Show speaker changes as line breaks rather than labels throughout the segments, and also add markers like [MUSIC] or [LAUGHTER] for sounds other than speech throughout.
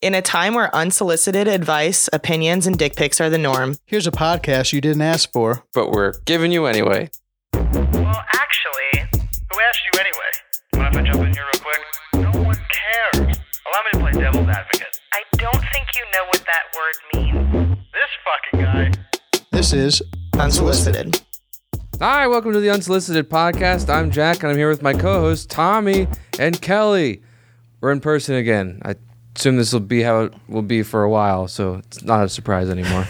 In a time where unsolicited advice, opinions, and dick pics are the norm,
Here's a podcast you didn't ask for.
but we're giving you anyway.
Well, actually, who asked you anyway? Mind if I jump in here real quick? No one cares. Allow me to play devil's advocate.
I don't think you know what that word means.
This fucking guy.
This is
unsolicited.
Hi, welcome to the Unsolicited Podcast. I'm Jack, and I'm here with my co hosts, Tommy and Kelly. We're in person again. I assume this will be how it will be for a while, so it's not a
[LAUGHS]
surprise anymore.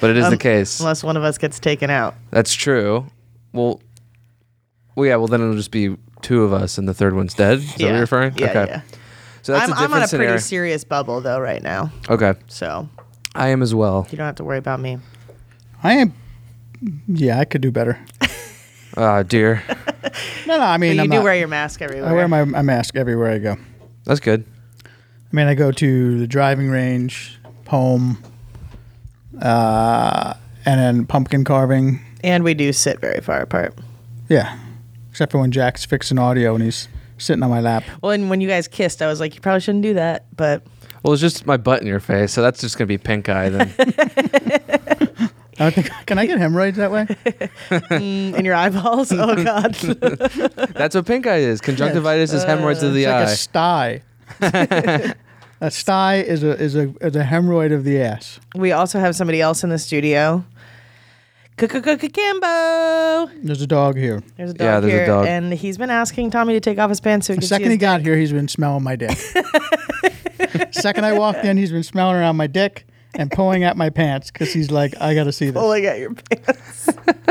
but
Um,
it is the case.
Unless one of us gets taken out.
That's true. Well, well, yeah, well, then it'll just be two of us, and the third one's dead. Is that what you're referring?
Yeah,
okay.
yeah.
So that's
I'm,
a different
I'm on a
scenario.
pretty serious bubble though right now,
okay.
so
I am
[LAUGHS]
as well.
you don't have to worry about me.
I am. Yeah, I could do better.
Ah, dear.
No, no. I mean,
[LAUGHS] But you
I'm
do
not-
wear your mask everywhere.
I wear my, my mask everywhere I go. I
That's good.
mean, I go to the driving range, home, uh, and then pumpkin carving.
and we do sit very far apart.
Yeah, except for when Jack's fixing audio and he's sitting on my lap.
Well, and when you guys kissed, I was like, you probably shouldn't do that, but
Well, it's just my butt in your face, so that's just going to be pink eye then.
I think, [LAUGHS] can I get hemorrhoids that way? Mm.
in your
[LAUGHS]
eyeballs, oh god, [LAUGHS]
That's what pink eye is. Conjunctivitis is hemorrhoids of the
It's like
eye.
a sty. a sty is a is a is a hemorrhoid of the ass.
we also have somebody else in the studio. Kimbo.
There's a dog here.
There's a dog
Yeah, there's a
here,
dog.
and he's been asking Tommy to take off his pants so he
The
can see
second he
his
got here, he's been smelling my dick. [LAUGHS] second I walked in, he's been smelling around my dick and pulling at my pants because he's like, I gotta see this.
pulling at your pants.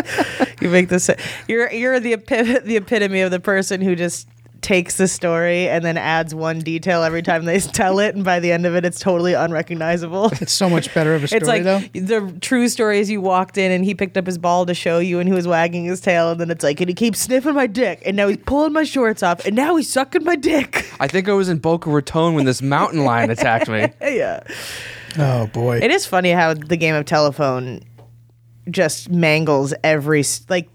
[LAUGHS] you make this. You're you're the epi- the epitome of the person who just takes the story and then adds one detail every time they [LAUGHS] tell it, and by the end of it, it's totally [LAUGHS] unrecognizable.
It's so much better of a story
It's like
though.
the true story is you walked in and he picked up his ball to show you and he was wagging his tail and then it's like and he keeps sniffing my dick and now he's pulling my shorts off and now he's sucking my dick. [LAUGHS]
I think I was in Boca Raton when this mountain lion attacked me.
yeah.
Oh boy.
It is funny how the game of telephone just mangles every s- like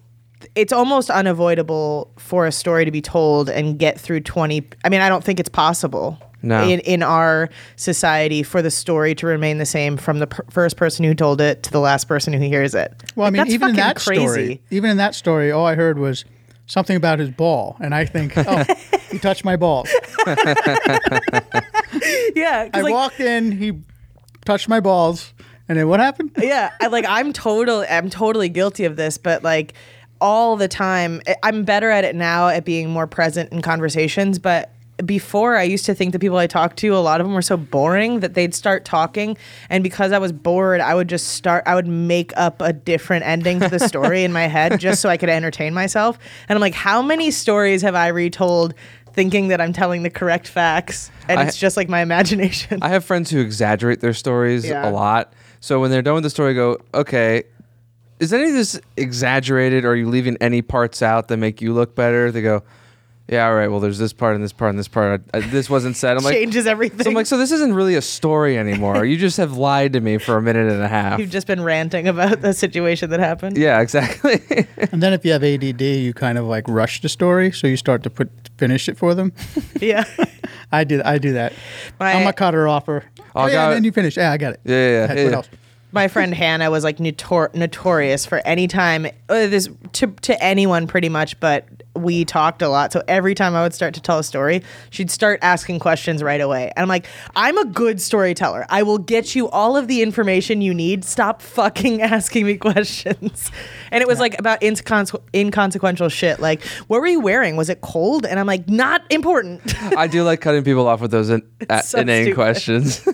it's almost unavoidable for a story to be told and get through 20 I mean I don't think it's possible
No.
in in our society for the story to remain the same from the per- first person who told it to the last person who hears it.
well, I
Like,
mean,
that's
even in
fucking
that story, even in that story, all I heard was something about his ball, and I [LAUGHS] think, oh, he touched my balls.
[LAUGHS] Yeah, 'cause,
I
like,
walked in, he touched my balls, and then what happened? [LAUGHS]
yeah, I, like I'm total I'm totally guilty of this, but like all the time I- I'm better at it now at being more present in conversations, but before I used to think the people I talked to, a lot of them were so boring that they'd start talking and because I was bored, I would just start I would make up a different ending to the story in my head just so I could entertain myself. And I'm like, how many stories have I retold thinking that I'm telling the correct facts and
I-
it's just like my imagination.
[LAUGHS]
[LAUGHS]
I have friends who exaggerate their stories
Yeah.
a lot. So when they're done with the story, I go, okay, is any of this exaggerated? Or are you leaving any parts out that make you look better? They go, yeah, all right, well, there's this part and this part and this part. I, this wasn't said. I'm like,
changes everything.
so I'm like, so this isn't really a story anymore. you just have lied to me for a minute [LAUGHS] and a half.
You've just been ranting about the situation that happened.
yeah, exactly. [LAUGHS]
And then if you have ADD, you kind of like rush the story, so you start to put finish it for them.
Yeah.
I do I do that.
My-
I'm a cutter offer. Oh,
I
yeah,
got
and
it.
then you finish. Yeah, I got it.
Yeah, yeah, yeah.
Heck,
Yeah,
what
yeah.
else?
My friend Hannah was like notor- notorious for any time uh, this to to anyone pretty much, but we talked a lot. So every time I would start to tell a story, she'd start asking questions right away. And I'm like, I'm a good storyteller. I will get you all of the information you need. Stop fucking [LAUGHS] asking me questions. And it was like about inconse- inconsequential shit. Like, what were you wearing? Was it cold? And I'm like, not important. [LAUGHS]
I do like cutting people off with those in, uh,
so
inane
stupid.
questions.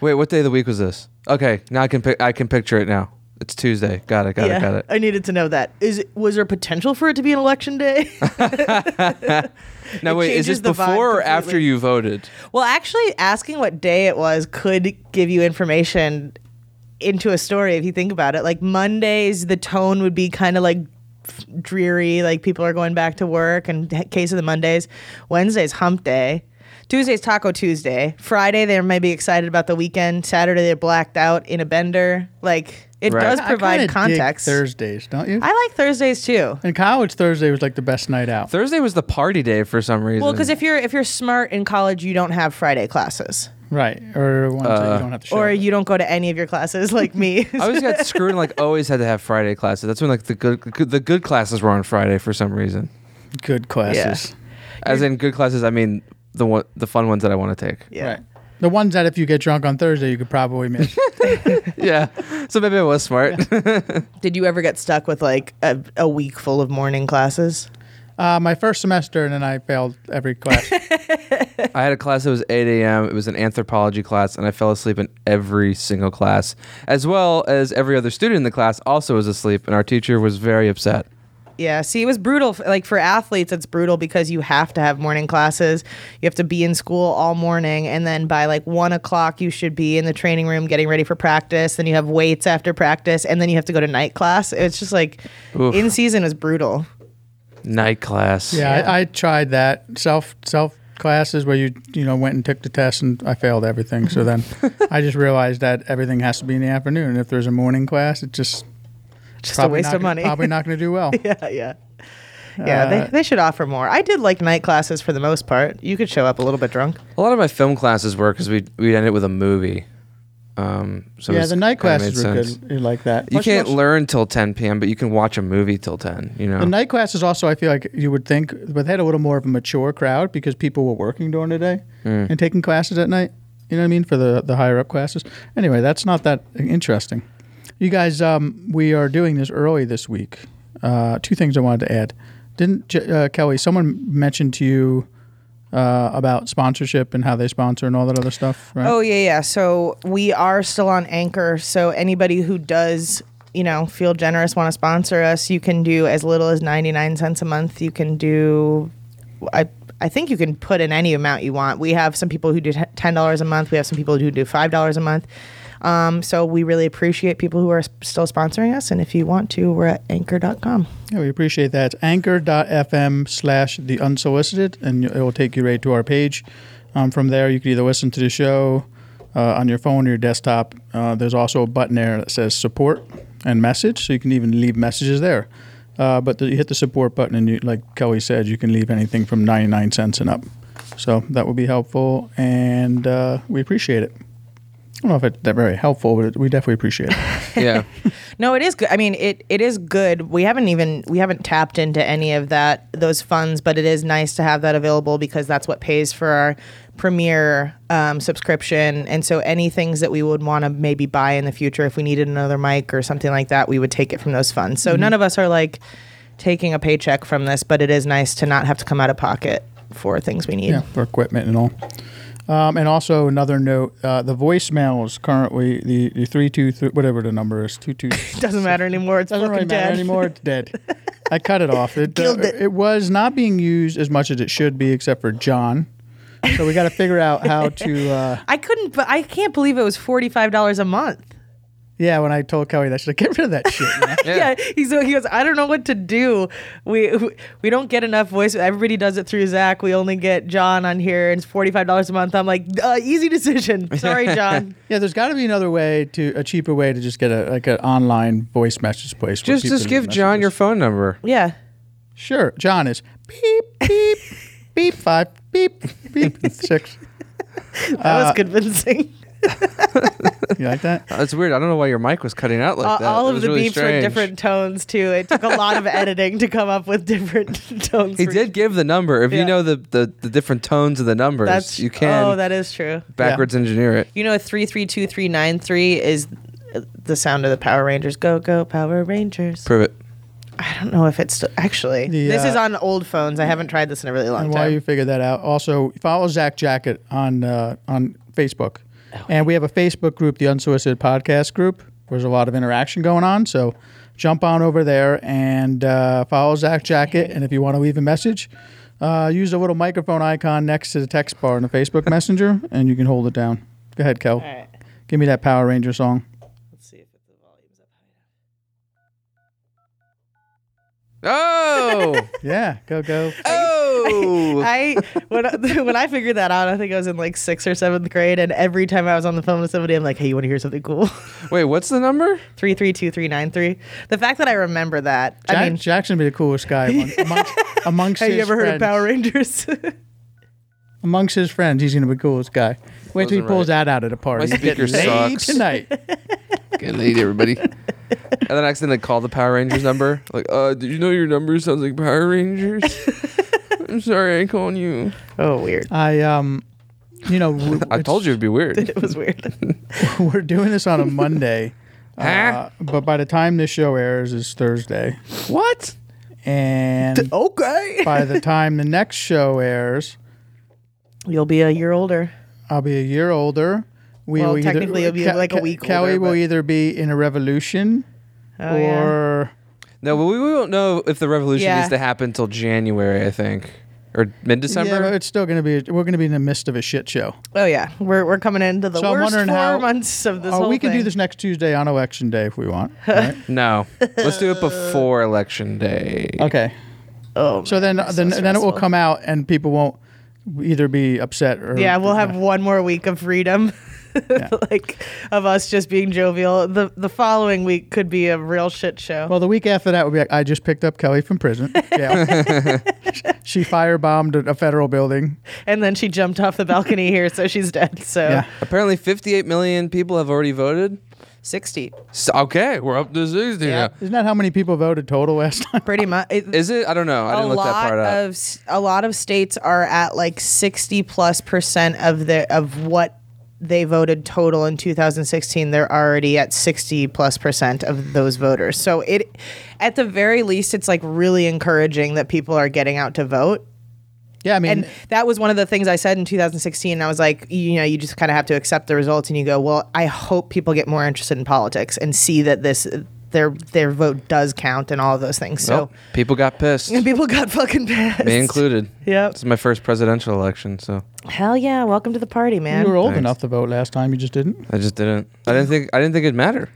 Wait, what day of the week was this? Okay, now I can pic- I can picture it now. It's Tuesday. Got it. Got
[LAUGHS]
it. Got it.
I needed to know that. Is it, was there potential for it to be an election
[LAUGHS]
day? [LAUGHS]
Now wait, is this
changes the vibe
before or after
completely.
you voted?
well, actually, asking what day it was could give you information into a story if you think about it. Like Mondays, the tone would be kind of like f- dreary, like people are going back to work, and h- case of the Mondays. Wednesday's hump day. Tuesday's Taco Tuesday. Friday, they're maybe excited about the weekend. Saturday, they're blacked out in a bender. Like It
Right.
does
I
provide
kinda dig
context.
Thursdays, don't you?
I like Thursdays too.
In college, Thursday was like the best night out.
Thursday was the party day for some reason.
Well, because if you're if you're smart in college, you don't have Friday classes,
right. Or ones
Uh,
that you don't have to show.
or
up.
you don't go to any of your classes [LAUGHS] like me.
I always got screwed and like always had to have Friday classes. That's when like the good the good classes were on Friday for some reason.
good classes.
As in good classes, I mean the one the fun ones that I want to take.
yeah.
Right. The ones that if you get drunk on Thursday, you could probably [LAUGHS] miss.
Yeah. So maybe I was smart.
Did you ever get stuck with like a, a week full of morning classes?
uh, my first semester, and then I failed every [LAUGHS] class.
I had a class that was 8 a.m. It was an anthropology class, and I fell asleep in every single class, as well as every other student in the class also was asleep, and our teacher was very upset.
Yeah. See, it was brutal. f- Like for athletes, it's brutal because you have to have morning classes. You have to be in school all morning. And then by like one o'clock, you should be in the training room getting ready for practice. Then you have weights after practice. And then you have to go to night class. It's just like
Oof.
in season is brutal.
Night class.
Yeah, I, I tried that self self classes where you you know went and took the test and I failed everything. So [LAUGHS] then I just realized that everything has to be in the afternoon. And if there's a morning class, it just
Just a
probably
waste
not
of
gonna-
money.
Probably not going to do [LAUGHS] well.
yeah. Yeah. Yeah, they, they should offer more. I did like night classes for the most part. You could show up a little bit drunk.
A lot of my film classes were because we we ended with a movie. Um, so it
yeah,
was-
the night
kinda
classes
made
were
sense.
good You like that.
You
Plus,
can't
also-
learn till 10 p.m., but you can watch a movie till 10. You know.
The night classes also, I feel like you would think, but they had a little more of a mature crowd because people were working during the day
Hmm.
and taking classes at night. You know what I mean for the the higher up classes. Anyway, that's not that interesting. You guys, um, we are doing this early this week. Uh, two things I wanted to add. Didn't J- uh, Kelly? Someone mentioned to you uh, about sponsorship and how they sponsor and all that other stuff, right?
Oh yeah, yeah. So we are still on Anchor. So anybody who does, you know, feel generous, want to sponsor us, you can do as little as ninety nine cents a month. You can do, I. I think you can put in any amount you want. We have some people who do t- ten dollars a month. We have some people who do five dollars a month. Um, so we really appreciate people who are s- still sponsoring us. And if you want to, we're at anchor.com.
Yeah, we appreciate that. It's anchor.fm slash the unsolicited, and it will take you right to our page. Um, from there, you can either listen to the show uh, on your phone or your desktop. Uh, there's also a button there that says support and message, so you can even leave messages there. Uh, but the, you hit the support button, and you, like Kelly said, you can leave anything from 99 cents and up. So that would be helpful, and uh, we appreciate it. I don't know if it's that very helpful, but it, we definitely appreciate it.
yeah.
No, it is good. I mean, it it is good. We haven't even we haven't tapped into any of that those funds, but it is nice to have that available because that's what pays for our premiere um, subscription. And so, any things that we would want to maybe buy in the future, if we needed another mic or something like that, we would take it from those funds.
Mm-hmm.
So none of us are like taking a paycheck from this, but it is nice to not have to come out of pocket for things we need.
yeah, for equipment and all. Um, and also another note: uh, the voicemails currently the, the three two three whatever the number is two two
[LAUGHS] Doesn't matter anymore. It's
doesn't
fucking
really matter
dead.
anymore. It's dead. I cut it off. It, uh,
Killed it.
it was not being used as much as it should be, except for John. So we got to figure out how to. Uh,
[LAUGHS] I couldn't. But I can't believe it was forty five dollars a month.
yeah, when I told Kelly that, she's like, "Get rid of that shit." man."
yeah. He's he goes, I don't know what to do. We we don't get enough voice. Everybody does it through Zach. We only get John on here, and it's forty five dollars a month. I'm like, uh, easy
[LAUGHS]
decision. Sorry, John.
yeah, there's got to be another way to a cheaper way to just get a like an online voice message place. where
Just
people
just
leave
give John
messages.
your phone number.
yeah.
Sure. John is beep, beep, beep, five, beep,
[LAUGHS]
beep, six.
That was convincing.
You like that?
That's weird. I don't know why your mic was cutting out like
Uh,
[LAUGHS] that.
all
It
of
was
the
really
beeps were
strange.
different tones too. It took a lot of editing to come up with different [LAUGHS] tones.
He
for-
did give the number. If
Yeah.
you know the, the, the different tones of the numbers,
That's
you can
Oh, that is true.
backwards engineer it.
You know, three three two three nine three is uh, the sound of the Power Rangers. Go go Power Rangers. [LAUGHS]
Prove it.
I don't know if it's still, actually.
The,
this
uh,
is on old phones. I haven't tried this in a really long
And
time.
while you figure that out, also follow Zach Jacket on uh, on Facebook,
Oh.
and we have a Facebook group, the Unsolicited Podcast Group. There's a lot of interaction going on, so jump on over there and uh, follow Zach Jacket. And if you want to leave a message, uh, use the little microphone icon next to the text bar in the Facebook Messenger, and you can hold it down. Go ahead, Kel.
All right.
Give me that Power Ranger song.
Let's see if it, the volume's up high
Oh.
Yeah, go go.
oh. Whoa.
I when I- [LAUGHS] when I figured that out, I think I was in like sixth or seventh grade, and every time I was on the phone with somebody, I'm like, "Hey, you want to hear something cool? [LAUGHS]
Wait, what's the number?
Three three two three nine three. The fact that I remember that,
Jack,
I mean,
Jackson would be the coolest
[LAUGHS]
guy among- amongst, amongst
have
his
you ever heard of
friends.
Power Rangers? [LAUGHS]
amongst his friends, he's gonna be the coolest guy. Wait till he
Wasn't
pulls
right.
that out at a party.
My speaker
Getting laid
sucks. [LAUGHS]
tonight.
Good
[LAUGHS]
lady, everybody. and then I accidentally called the Power Rangers number. Like, uh, did you know your number sounds like
[LAUGHS]
Power Rangers? I'm sorry, I called you.
oh, weird.
I um, you know, w-
I
it's-
told you it'd be weird.
It was weird.
[LAUGHS] we're doing this on a Monday,
huh?
uh, but by the time this show airs, it's Thursday,
What?
and
[LAUGHS] okay,
by the time the next show airs,
you'll be a year older.
I'll be a year older. We
Well,
will either-
technically it'll be
Ke-
like a
Ke-
week
Kelly
older,
will
but-
either be in a revolution,
Oh, yeah.
or
No, but we, we won't know if the revolution
Yeah.
needs to happen until January, I think, or
yeah,
mid-December.
but it's still gonna be. We're gonna be in the midst of a shit show.
Oh yeah, we're we're coming into the
So I'm
worst four
wondering how-
months of this
Oh,
whole
we can do
thing.
this next Tuesday on election day if
[LAUGHS]
we want. right?
no, let's do it before election day.
okay.
Oh,
So then, then, then it will
stressful.
come out, and people won't either be upset or
yeah, we'll have one more week of freedom, [LAUGHS] like of us just being jovial. the The following week could be a real shit show.
Well, the week after that would be like, I just picked up Kelly
[LAUGHS]
from prison. Yeah, she firebombed a federal building.
and then she jumped off the balcony here, so she's dead. So
Yeah,
Apparently, 58 million people have already voted.
sixty,
S okay, we're up to 60
Yeah.
now.
isn't that how many people voted total last
[LAUGHS]
time?
pretty much. it-
Is it? I don't know. I
a
didn't look that
lot
part up.
of s- a lot of states are at like sixty plus percent of the of what they voted total in 2016. They're already at sixty plus percent of those voters. So it, at the very least, it's like really encouraging that people are getting out to vote.
Yeah, I mean,
And that was one of the things I said in 2016. I was like, you know, you just kind of have to accept the results, and you go, well, I hope people get more interested in politics and see that this their their vote does count and all of those things. So
Well, people got pissed, me
[LAUGHS] people got fucking pissed.
included.
Yep.
This is my first presidential election, so
Hell yeah! Welcome to the party, man.
you were old enough to vote last time. You just didn't.
I just didn't. I didn't think. I didn't think it'd matter.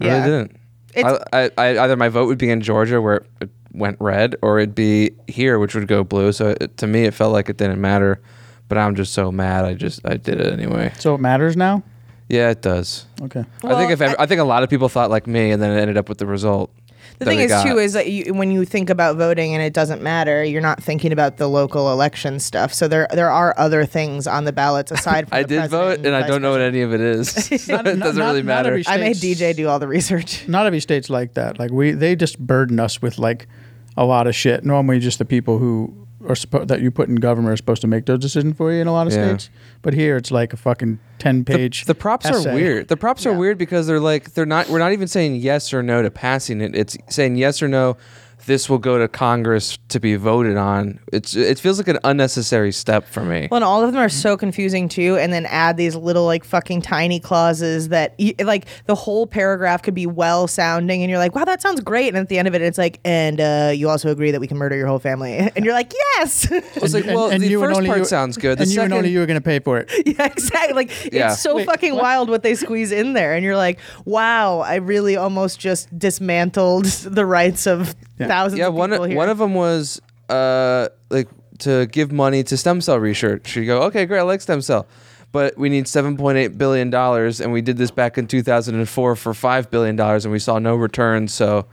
I
Yeah.
really didn't.
It's-
I, I, I either my vote would be in Georgia where it- it went red, or it'd be here, which would go blue. So it, to me, it felt like it didn't matter. But I'm just so mad. I just I did it anyway.
So it matters now.
Yeah, it does.
Okay.
I
Well,
think if ever, I, think a lot of people thought like me, and then it ended up with the result.
the
that
thing
we
is,
got.
too, is that you, when you think about voting and it doesn't matter, you're not thinking about the local election stuff. So there, there are other things on the ballots aside from.
[LAUGHS] I
the
did
president
vote, and I
vice
don't know what
president.
any of it is. [LAUGHS] So
not-
it doesn't
not-
really
not
matter.
every-
I made
states.
DJ do all the research.
Not every state's like that. Like we, they just burden us with like a lot of shit. Normally, just the people who are supposed that you put in government are supposed to make those decisions for you in a lot of
Yeah.
states. But here, it's like a fucking ten page.
The props
essay.
are weird. The props are weird because they're like they're not. We're not even saying yes or no to passing it. It's saying yes or no. This will go to Congress to be voted on. It's it feels like an unnecessary step for me.
Well, and all of them are so confusing too, and then add these little like fucking tiny clauses that y- like the whole paragraph could be well sounding, and you're like, wow, that sounds great, and at the end of it, it's like, and uh, you also agree that we can murder your whole family, [LAUGHS] and you're like, yes, [LAUGHS]
I was like, well, the first part sounds good. The
and
second,
you and only you are going to pay for
[LAUGHS]
it.
yeah, exactly. Like
Yeah.
it's so
Wait,
fucking
what?
wild what they squeeze in there, and you're like, wow, I really almost just dismantled the rights of thousands.
yeah,
of
one
people here.
one of them was uh like to give money to stem cell research. You go, okay, great, I like stem cell. But we need seven point eight billion dollars, and we did this back in two thousand and four for five billion dollars, and we saw no return. So,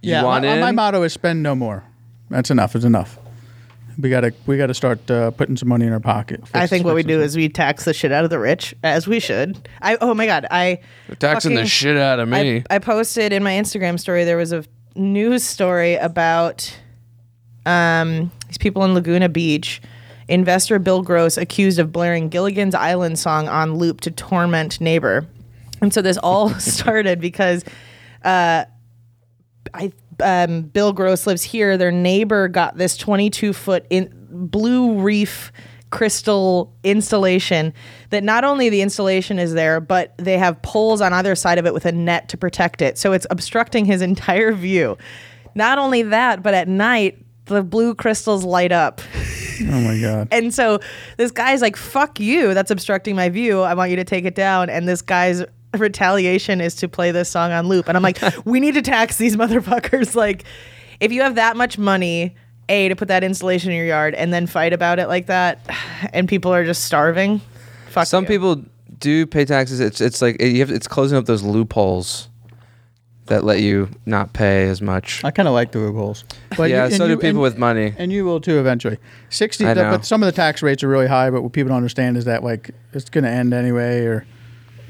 you
yeah,
want
my, my
in?
motto is spend no more. That's enough. Is enough. We gotta we gotta start uh, putting some money in our pocket.
I
Fix-
think what we
fix this.
do is we tax the shit out of the rich, as we should. I oh my god, I
taxing the
fucking-
shit out of me.
I, I posted in my Instagram story there was a news story about um, these people in Laguna Beach. Investor Bill Gross accused of blaring Gilligan's Island song on loop to torment neighbor. And so this all [LAUGHS] started because I um, Bill Gross lives here. Their neighbor got this 22 foot in blue reef crystal installation that not only the installation is there but they have poles on either side of it with a net to protect it so it's obstructing his [LAUGHS] entire view not only that but at night the blue crystals light up
Oh my god.
and so this guy's like, fuck you. That's obstructing my view. I want you to take it down. And this guy's [LAUGHS] retaliation is to play this [LAUGHS] song on loop. And I'm like, we need to tax these motherfuckers. Like, if you have that much money A, to put that installation in your yard and then fight about it like that, [SIGHS] and people are just starving. Fuck
Some
you.
people do pay taxes. It's it's like you have, it's closing up those loopholes that let you not pay as much.
I kind of like the loopholes. But
Yeah,
and
so do people
and-
with money.
and you will too eventually. Sixty,
I
the-
know.
but some of the tax rates are really high. But what people don't understand is that like it's going to end anyway, or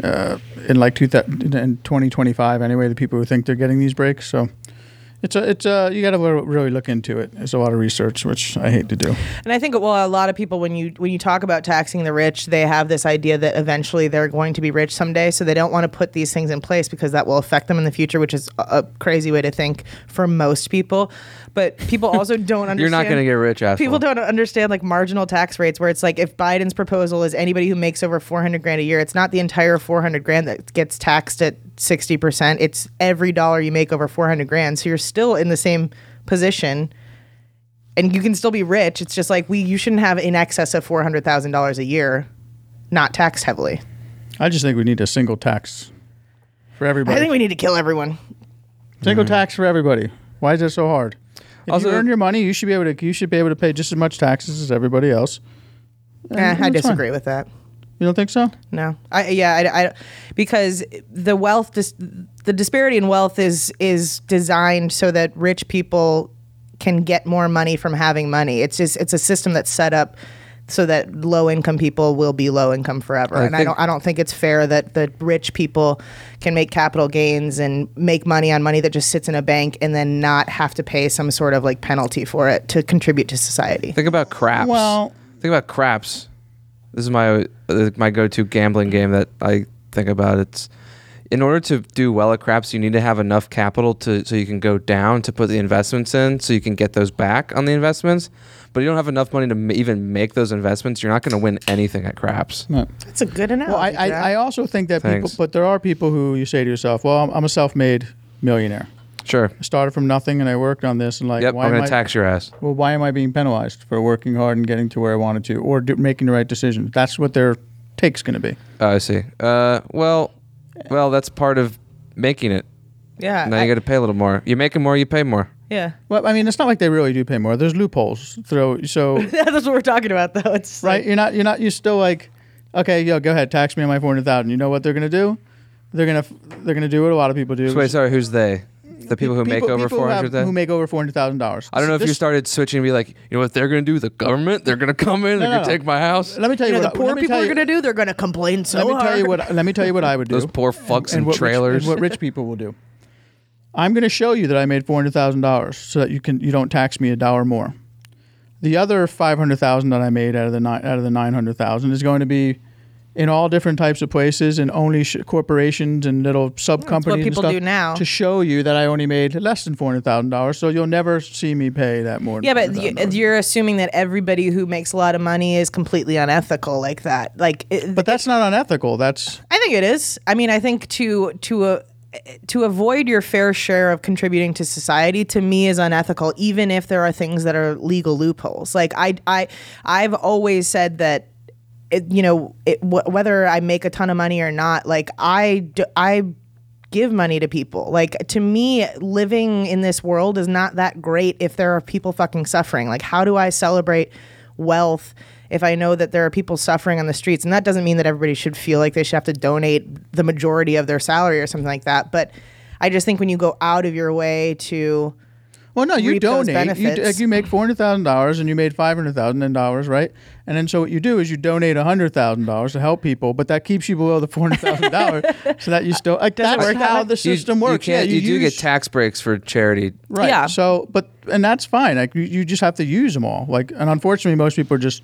uh, in like two thousand in twenty twenty five anyway. The people who think they're getting these breaks, so. It's a, it's a, you got to really look into it. It's a lot of research, which I hate to do.
And I think well, a lot of people when you when you talk about taxing the rich, they have this idea that eventually they're going to be rich someday, so they don't want to put these things in place because that will affect them in the future, which is a, a crazy way to think for most people. But
[LAUGHS]
people also don't understand.
You're not going to get rich, asshole.
People don't understand like marginal tax rates, where it's like if Biden's proposal is anybody who makes over four hundred grand a year, it's not the entire four hundred grand that gets taxed at sixty percent. It's every dollar you make over four hundred grand, so you're still in the same position, and you can still be rich. It's just like we you shouldn't have in excess of four hundred thousand dollars a year, not taxed heavily.
I just think we need a single tax for everybody.
I think we need to kill everyone.
Single tax for everybody. Why is it so hard? If
Mm-hmm. Also-
you earn your money, you should be able to you should be able to pay just as much taxes as everybody else.
Eh, I
that's fine.
disagree with that.
You don't think so?
No, I yeah, I, I because the wealth dis, the disparity in wealth is is designed so that rich people can get more money from having money. It's just it's a system that's set up so that low income people will be low income forever. and I
think-
don't I don't think it's fair that the rich people can make capital gains and make money on money that just sits in a bank and then not have to pay some sort of like penalty for it to contribute to society.
Think about craps.
Well-
think about craps. This is my uh, my go-to gambling game that I think about. It's in order to do well at craps, you need to have enough capital to so you can go down to put the investments in, so you can get those back on the investments. But you don't have enough money to m- even make those investments. You're not going to win anything at craps.
That's a good analogy.
Well, I, I,
Jack.
I also think that
Thanks.
people, but there are people who you say to yourself, "Well, I'm, I'm a self-made millionaire.
Sure.
I started from nothing and I worked on this, and like,
Yep.
why
I'm
am
going
I
to tax your ass.
well, why am I being penalized for working hard and getting to where I wanted to, or do, making the right decision? That's what their take's going to be.
Oh, I see. Uh, well, well, that's part of making it.
yeah.
Now
I-
you got to pay a little more. You're making more, you pay more.
yeah. [LAUGHS]
Well, I mean, it's not like they really do pay more. There's loopholes.
[LAUGHS]
So, so
That's what we're talking about, though. It's like-
right? You're not. You're not. You're still like, okay, yo, go ahead, tax me on my four hundred thousand. You know what they're gonna do? They're gonna. f- They're gonna do what a lot of people do.
So wait,
which-
sorry, who's they? The people who make over
people who
four
have-
hundred thousand.
Who make over four hundred thousand dollars?
I don't know if you started switching and be like, you know what they're going to do? The government? They're going to come in. They're
no,
going to
no.
take my house.
Let me tell you,
you know, the
what I- let
poor
me
people
tell
are
you-
going to do. They're going to complain so
Let me
hard.
tell you what. Let me tell you what I
[LAUGHS]
would do.
Those poor fucks in
what rich-
trailers.
what rich people will do. I'm going to show you that I made four hundred thousand dollars, so that you can you don't tax me a dollar more. The other five hundred thousand that I made out of the nine out of the nine hundred thousand is going to be in all different types of places and only sh- corporations and little sub companies.
people
and stuff
do now.
to show you that I only made less than four hundred thousand dollars, so you'll never see me pay that more. Than
yeah, but you,
$400,000.
you're assuming that everybody who makes a lot of money is completely unethical like that. Like, it,
but that's not unethical. That's
I think it is. I mean, I think to to uh, to avoid your fair share of contributing to society to me is unethical even if there are things that are legal loopholes. Like I I I've always said that it, you know, it, wh- whether I make a ton of money or not, like I d- I give money to people. Like to me, living in this world is not that great if there are people fucking suffering. Like how do I celebrate wealth if I know that there are people suffering on the streets? And that doesn't mean that everybody should feel like they should have to donate the majority of their salary or something like that. But I just think when you go out of your way to
Well, no, you
reap those
donate. You,
benefits.
like you make four hundred thousand dollars, and you made five hundred thousand dollars, right? And then so what you do is you donate hundred thousand dollars to help people, but that keeps you below the four hundred
[LAUGHS]
thousand dollars, so that you still like that's
work that
how
way?
the
You-
system
you
works.
can't-
yeah,
you, do
use-
get tax breaks for charity.
right.
Yeah.
So, but and that's fine. Like you, you just have to use them all. Like, and unfortunately, most people just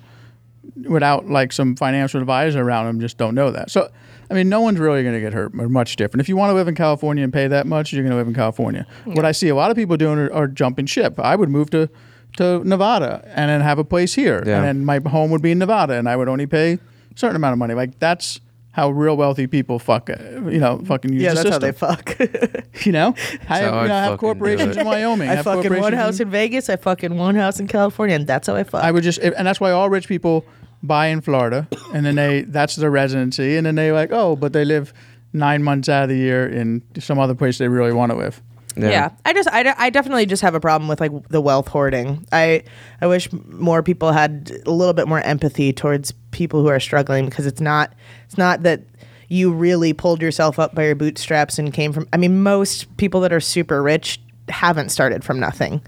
without like some financial advisor around them just don't know that. So, I mean, no one's really going to get hurt or much different. If you want to live in California and pay that much, you're going to live in California. What I see a lot of people doing are, are jumping ship. I would move to to Nevada and then have a place here,
Yeah.
and then my home would be in Nevada, and I would only pay a certain amount of money. Like that's how real wealthy people fuck, uh, you know, fucking use
yeah,
the
that's how
system.
they fuck. [LAUGHS]
[LAUGHS] you know, I have,
how
you know,
I
I have
fucking do
corporations
it.
in [LAUGHS] Wyoming.
I
have
fucking one
corporations
house in Vegas. I fucking one house in California, and that's how I fuck.
I would just, and that's why all rich people buy in Florida, and then [LAUGHS] they that's their residency, and then they like, oh, but they live nine months out of the year in some other place they really want to live.
Yeah. I just I, de- I definitely just have a problem with like the wealth hoarding. I I wish more people had a little bit more empathy towards people who are struggling because it's not it's not that you really pulled yourself up by your bootstraps and came from I mean most people that are super rich haven't started from nothing.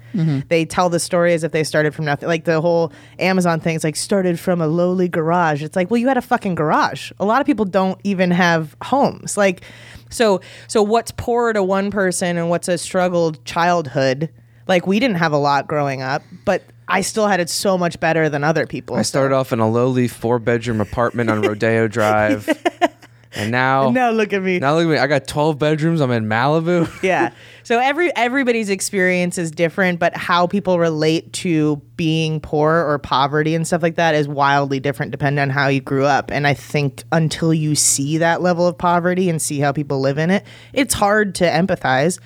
They tell the story as if they started from nothing. Like the whole Amazon thing is like started from a lowly garage. It's like, well, you had a fucking garage. A lot of people don't even have homes. Like, so so what's poor to one person and what's a struggled childhood? Like we didn't have a lot growing up, but I still had it so much better than other people.
I started off in a lowly four bedroom apartment
[LAUGHS]
on Rodeo Drive. And now,
now look at me.
now look at me. I got 12 bedrooms. I'm in
[LAUGHS]
Malibu.
yeah. So every everybody's experience is different, but how people relate to being poor or poverty and stuff like that is wildly different depending on how you grew up. And I think until you see that level of poverty and see how people live in it, it's hard to empathize.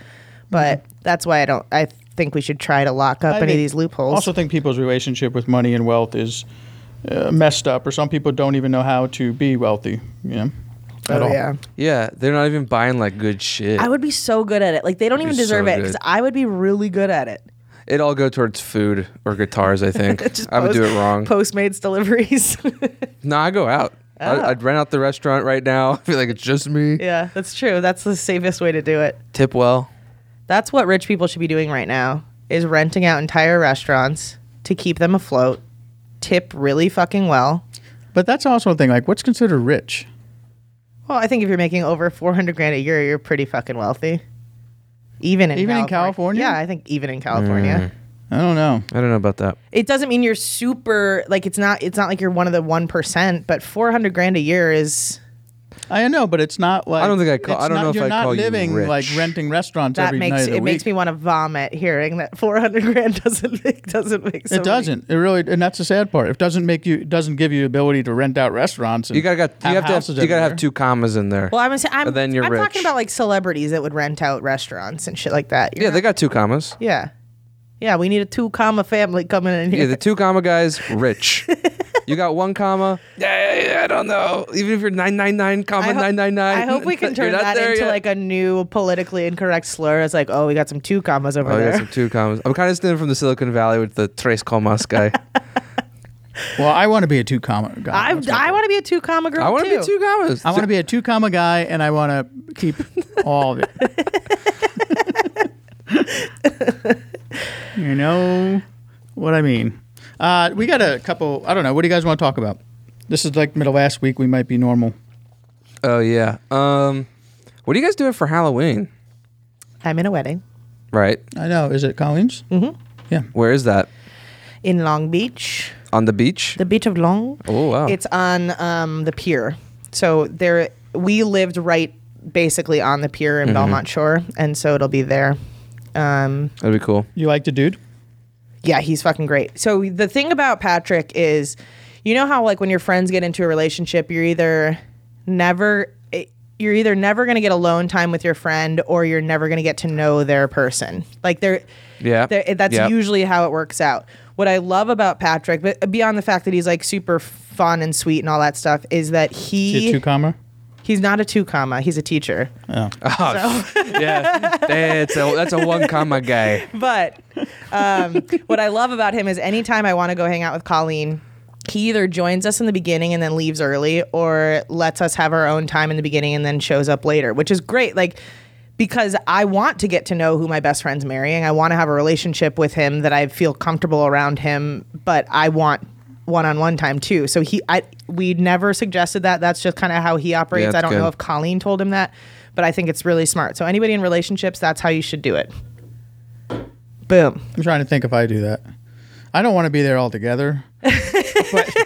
But that's why I don't I think we should try to lock up any
I
of
think-
these loopholes.
Also, think people's relationship with money and wealth is uh, messed up, or some people don't even know how to be wealthy. You know, at
oh,
all.
yeah.
Yeah, they're not even buying like good shit.
I would be so good at it. Like they don't even
be
deserve
so
it because
good.
I would be really good at it.
It all go towards food or
[LAUGHS]
guitars. I think I would do it wrong.
Postmates deliveries. [LAUGHS]
no, I go out.
Oh.
I, I'd rent out the restaurant right now. [LAUGHS] I feel like it's just me.
yeah, that's true. That's the safest way to do it.
Tip well.
That's what rich people should be doing right now is renting out entire restaurants to keep them afloat. Tip really fucking well.
But that's also a thing. Like, what's considered rich?
Well, I think if you're making over 400 grand a year, you're pretty fucking wealthy. Even in
Even in
California.
California?
Yeah, I think even in
Mm.
California.
I don't know.
I don't know about that.
It doesn't mean you're super like it's not it's not like you're one of the 1%, but 400 grand a year is
I know, but it's not like
I don't think I call-
it's
I don't
not-
know if
you're
I'd
not
call you
living
rich.
like renting restaurants
that
every night
makes
of the
it makes me
week.
want to vomit hearing that 400 grand [LAUGHS] doesn't make doesn't make
It doesn't. It really, and that's the sad part. It doesn't make you. It doesn't give you the ability to rent out restaurants. And
You gotta got. You have to. Have,
houses
you gotta
everywhere.
have two commas in there.
Well, I'm gonna say- I'm,
And then you're
I'm
rich.
talking about like celebrities that would rent out restaurants and shit like that. You're
yeah, they got two commas.
Yeah. Yeah, we need a two comma family coming in
Yeah,
here.
the two comma guys rich. you got one comma. Yeah, I don't know. Even if you're nine nine nine comma
[LAUGHS] I, hope,
nine nine nine.
I hope
[LAUGHS]
we can turn that into like a new politically incorrect slur. It's like, oh, we got some two commas over
Oh, you
there.
got some two commas. I'm kind of stealing from the Silicon Valley with the tres commas
[LAUGHS]
guy.
Well, I want to be a two comma guy.
I,
That's what-
I want to be a two comma girl.
I want to
too.
be two commas.
I want to be a two comma guy, and I want to keep [LAUGHS] all of it. you know what I mean? Uh, we got a couple. I don't know. What do you guys want to talk about? This is like middle last week. We might be normal.
Oh yeah. Um, what are you guys doing for Halloween?
I'm in a wedding
Right.
I know. Is it Collins? Mm-hmm. Yeah.
Where is that?
in Long Beach,
On the beach.
the beach of Long.
Oh, wow.
It's on um, the pier. So there, we lived right basically on the pier in Belmont Shore, and so it'll be there. Um,
That'd be cool.
You like the dude?
yeah, he's fucking great. So the thing about Patrick is, you know how like when your friends get into a relationship, you're either never it- you're either never going to get alone time with your friend or you're never going to get to know their person. Like they're
Yeah.
they're- that's
Yeah.
usually how it works out. What I love about Patrick, but beyond the fact that he's like super fun and sweet and all that stuff, is that
Is it
he
two comma?
he's not a two comma, he's a teacher.
[LAUGHS]
[LAUGHS]
yeah. That's a that's a one comma guy.
but um, [LAUGHS] what I love about him is anytime I want to go hang out with Colleen, he either joins us in the beginning and then leaves early or lets us have our own time in the beginning and then shows up later, which is great. Like, because I want to get to know who my best friend's marrying. I want to have a relationship with him that I feel comfortable around him, but I want one-on-one time too. So he I we never suggested that. That's just kind of how he operates.
that's
I don't know
good.
if Colleen told him that, but I think it's really smart. So anybody in relationships, that's how you should do it. Boom.
I'm trying to think if I do that. I don't want to be
[LAUGHS]
there altogether. but,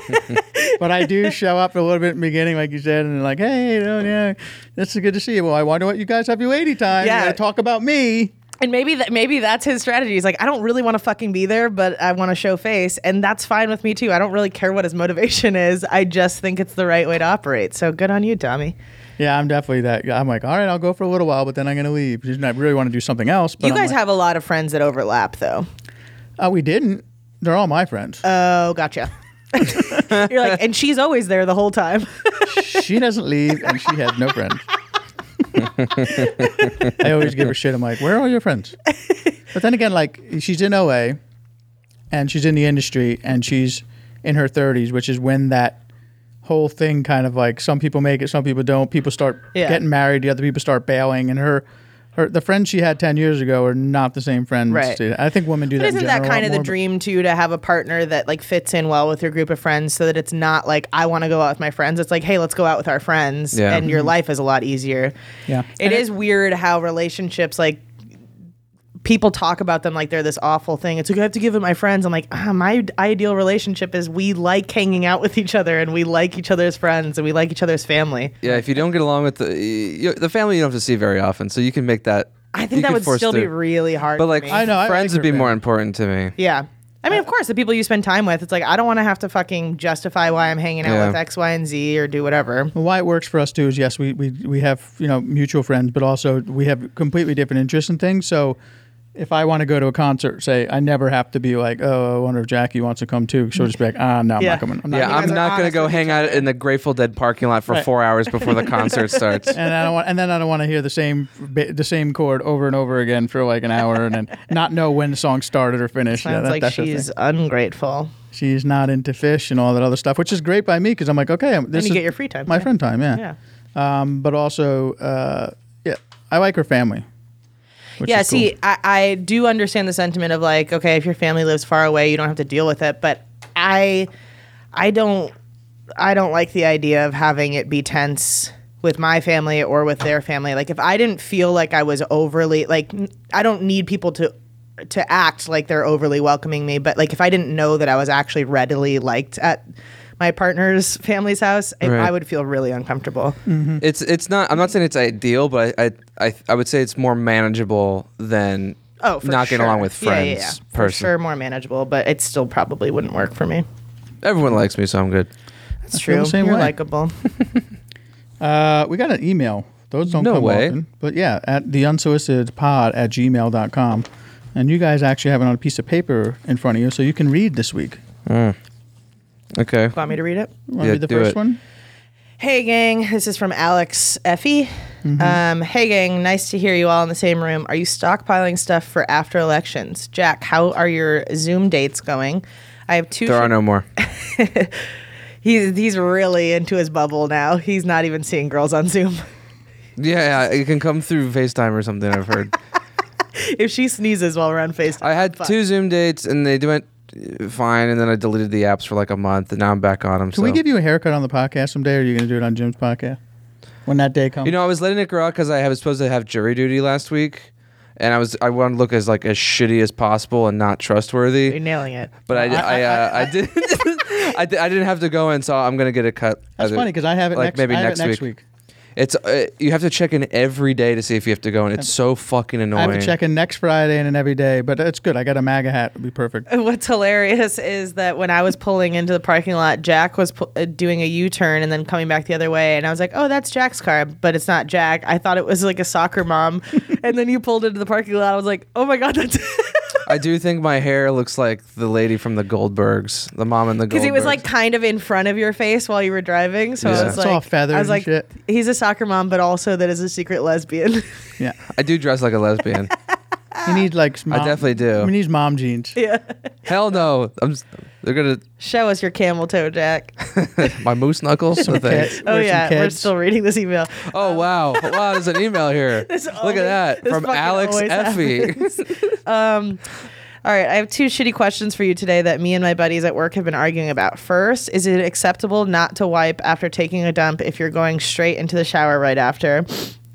but I do show up a little bit in the beginning, like you said, and like, hey, you know, yeah, this is good to see you. Well, I wonder what you guys have your lady time.
Yeah.
Yeah. talk about me.
And maybe that maybe that's his strategy. He's like, I don't really want to fucking be there, but I want to show face, and that's fine with me too. I don't really care what his motivation is. I just think it's the right way to operate. So good on you, Tommy.
Yeah, I'm definitely that. guy. I'm like, all right, I'll go for a little while, but then I'm going to leave. Because I really want to do something else. But
you
I'm
guys
like,
have a lot of friends that overlap, though.
Oh, we didn't. They're all my friends.
Oh, [LAUGHS] gotcha. You're like, and she's always there the whole time.
she doesn't leave, and she has no friends. I always give her shit. I'm like, where are all your friends? But then again, like she's in OA, and she's in the industry, and she's in her 30s, which is when that whole thing kind of like some people make it, some people don't. People start
Yeah.
getting married, the other people start bailing, and her. Her, the friends she had 10 years ago are not the same friends.
Right.
today. I think women
[LAUGHS]
do
But
that. in
isn't that
general a
kind
lot
of the
more, but-
dream too to have a partner that like fits in well with your group of friends so that it's not like I want to go out with my friends. It's like, hey, let's go out with our friends
Yeah.
and your life is a lot easier.
Yeah.
It is weird how relationships like people talk about them like they're this awful thing. It's like I have to give it my friends. I'm like, ah, my ideal relationship is we like hanging out with each other and we like each other's friends and we like each other's family.
Yeah, if you don't get along with the you, the family, you don't have to see very often, so you can make that.
I think
you
that
can
would
force
still be
through.
really hard.
But
for
like,
me.
I know, I
friends
like
would be
your
more
family.
important to me.
Yeah. I mean, of course, the people you spend time with. It's like I don't want to have to fucking justify why I'm hanging out
Yeah.
with X, Y, and Z or do whatever.
Well, why it works for us too is yes, we, we we have you know mutual friends, but also we have completely different interests and things. So if I want to go to a concert, say I never have to be like, oh, I wonder if Jackie wants to come too. She'll just be like, ah, no, I'm
Yeah.
not coming. I'm not
Yeah,
coming.
I'm
guys are
not gonna
honest
go
with each
hang out in the Grateful Dead parking lot for
Right. Mm.
four hours
[LAUGHS]
before the concert starts.
And I don't want, and then I don't want to hear the same bit- the same chord over and over again for like an
[LAUGHS]
hour, and then not know when the song started or finished.
Sounds
that-
like
that's the
she's
thing.
ungrateful.
she's not into fish and all that other stuff, which is great by me because I'm like, okay, I'm- this
you
is
get your free time,
my
yeah.
friend time,
Yeah.
um, but also, uh, yeah, I like her family. which
yeah,
is cool.
see, I, I do understand the sentiment of like, okay, if your family lives far away, you don't have to deal with it. But I, I don't, I don't like the idea of having it be tense with my family or with their family. Like, if I didn't feel like I was overly like, n- I don't need people to to act like they're overly welcoming me. But like, if I didn't know that I was actually readily liked at my partner's family's house, I-
Right.
I would feel really uncomfortable.
It's it's not. I'm not saying it's ideal, but I I I, I would say it's more manageable than
Oh, for
not getting
sure.
along with
Yeah,
friends.
yeah, yeah. For
Person.
sure, more manageable, but it still probably wouldn't work for me.
Everyone likes me, so I'm good.
That's
feel
true.
the same
You're
way.
likable.
Uh, we got an email. Those don't
No
come
way.
often. But yeah, at the unsolicited pod at gmail.com. And you guys actually have it on a piece of paper in front of you, so you can read this week.
Okay.
Want me to read it?
[LAUGHS]
Want to
Yeah,
read the
do
first
it.
one?
Hey, gang. This is from Alex Effie.
Mm-hmm.
Um, hey, gang. Nice to hear you all in the same room. Are you stockpiling stuff for after elections? Jack, how are your Zoom dates going? I have two.
There
Chi-
are
[LAUGHS]
no more.
he's, he's really into his bubble now. He's not even seeing girls on Zoom. [LAUGHS]
Yeah, yeah, it can come through FaceTime or something. I've heard.
if she sneezes while we're on FaceTime.
I had
fuck.
two Zoom dates, and they went uh, fine, and then I deleted the apps for like a month, and now I'm back on them.
Can we give you a haircut on the podcast someday, or are you going to do it on Jim's podcast? When that day comes.
You know, I was letting it grow out because I was supposed to have jury duty last week, and I was I wanted to look as like as shitty as possible and not trustworthy.
You're nailing it.
But I, I, uh, I, did [LAUGHS] I, did, I didn't have to go in, so I'm gonna get it cut.
That's
either-
funny because I have it next,
like maybe
I have
next,
it next
week.
week.
It's uh, you have to check in every day to see if you have to go in. It's so fucking
I
annoying.
have to check in next Friday and then every day, but it's good. I got a MAGA hat. It'll be perfect.
[LAUGHS] What's hilarious is that when I was pulling into the parking lot, Jack was pu- uh, doing a U turn and then coming back the other way. And I was like, oh, that's Jack's car, but it's not Jack. I thought it was like a soccer
[LAUGHS]
mom. and then you pulled into the parking lot. I was like, oh my God, that's. [LAUGHS]
I do think my hair looks like the lady from the Goldbergs, the mom
[LAUGHS]
and the Goldbergs.
Because he was like kind of in front of your face while you were driving. So
Yeah.
I was
It's
like,
all feathered
I was
and
like,
shit.
he's a soccer mom, but also that is a secret lesbian. [LAUGHS]
Yeah.
I do dress like a lesbian.
We need like mom,
definitely do.
We need mom jeans.
Hell no. I'm. s- They're gonna
Show us your camel toe, Jack.
my moose knuckles. the thing.
[LAUGHS] Kids-
Oh,
wear some
yeah. We're
kids.
still reading this email.
Oh wow! Wow, there's an email here. Look
always-
at that
Um, [LAUGHS] this
from
fucking
Alex
always
Effie.
All right, I have two shitty questions for you today that me and my buddies at work have been arguing about. First, is it acceptable not to wipe after taking a dump if you're going straight into the shower right after?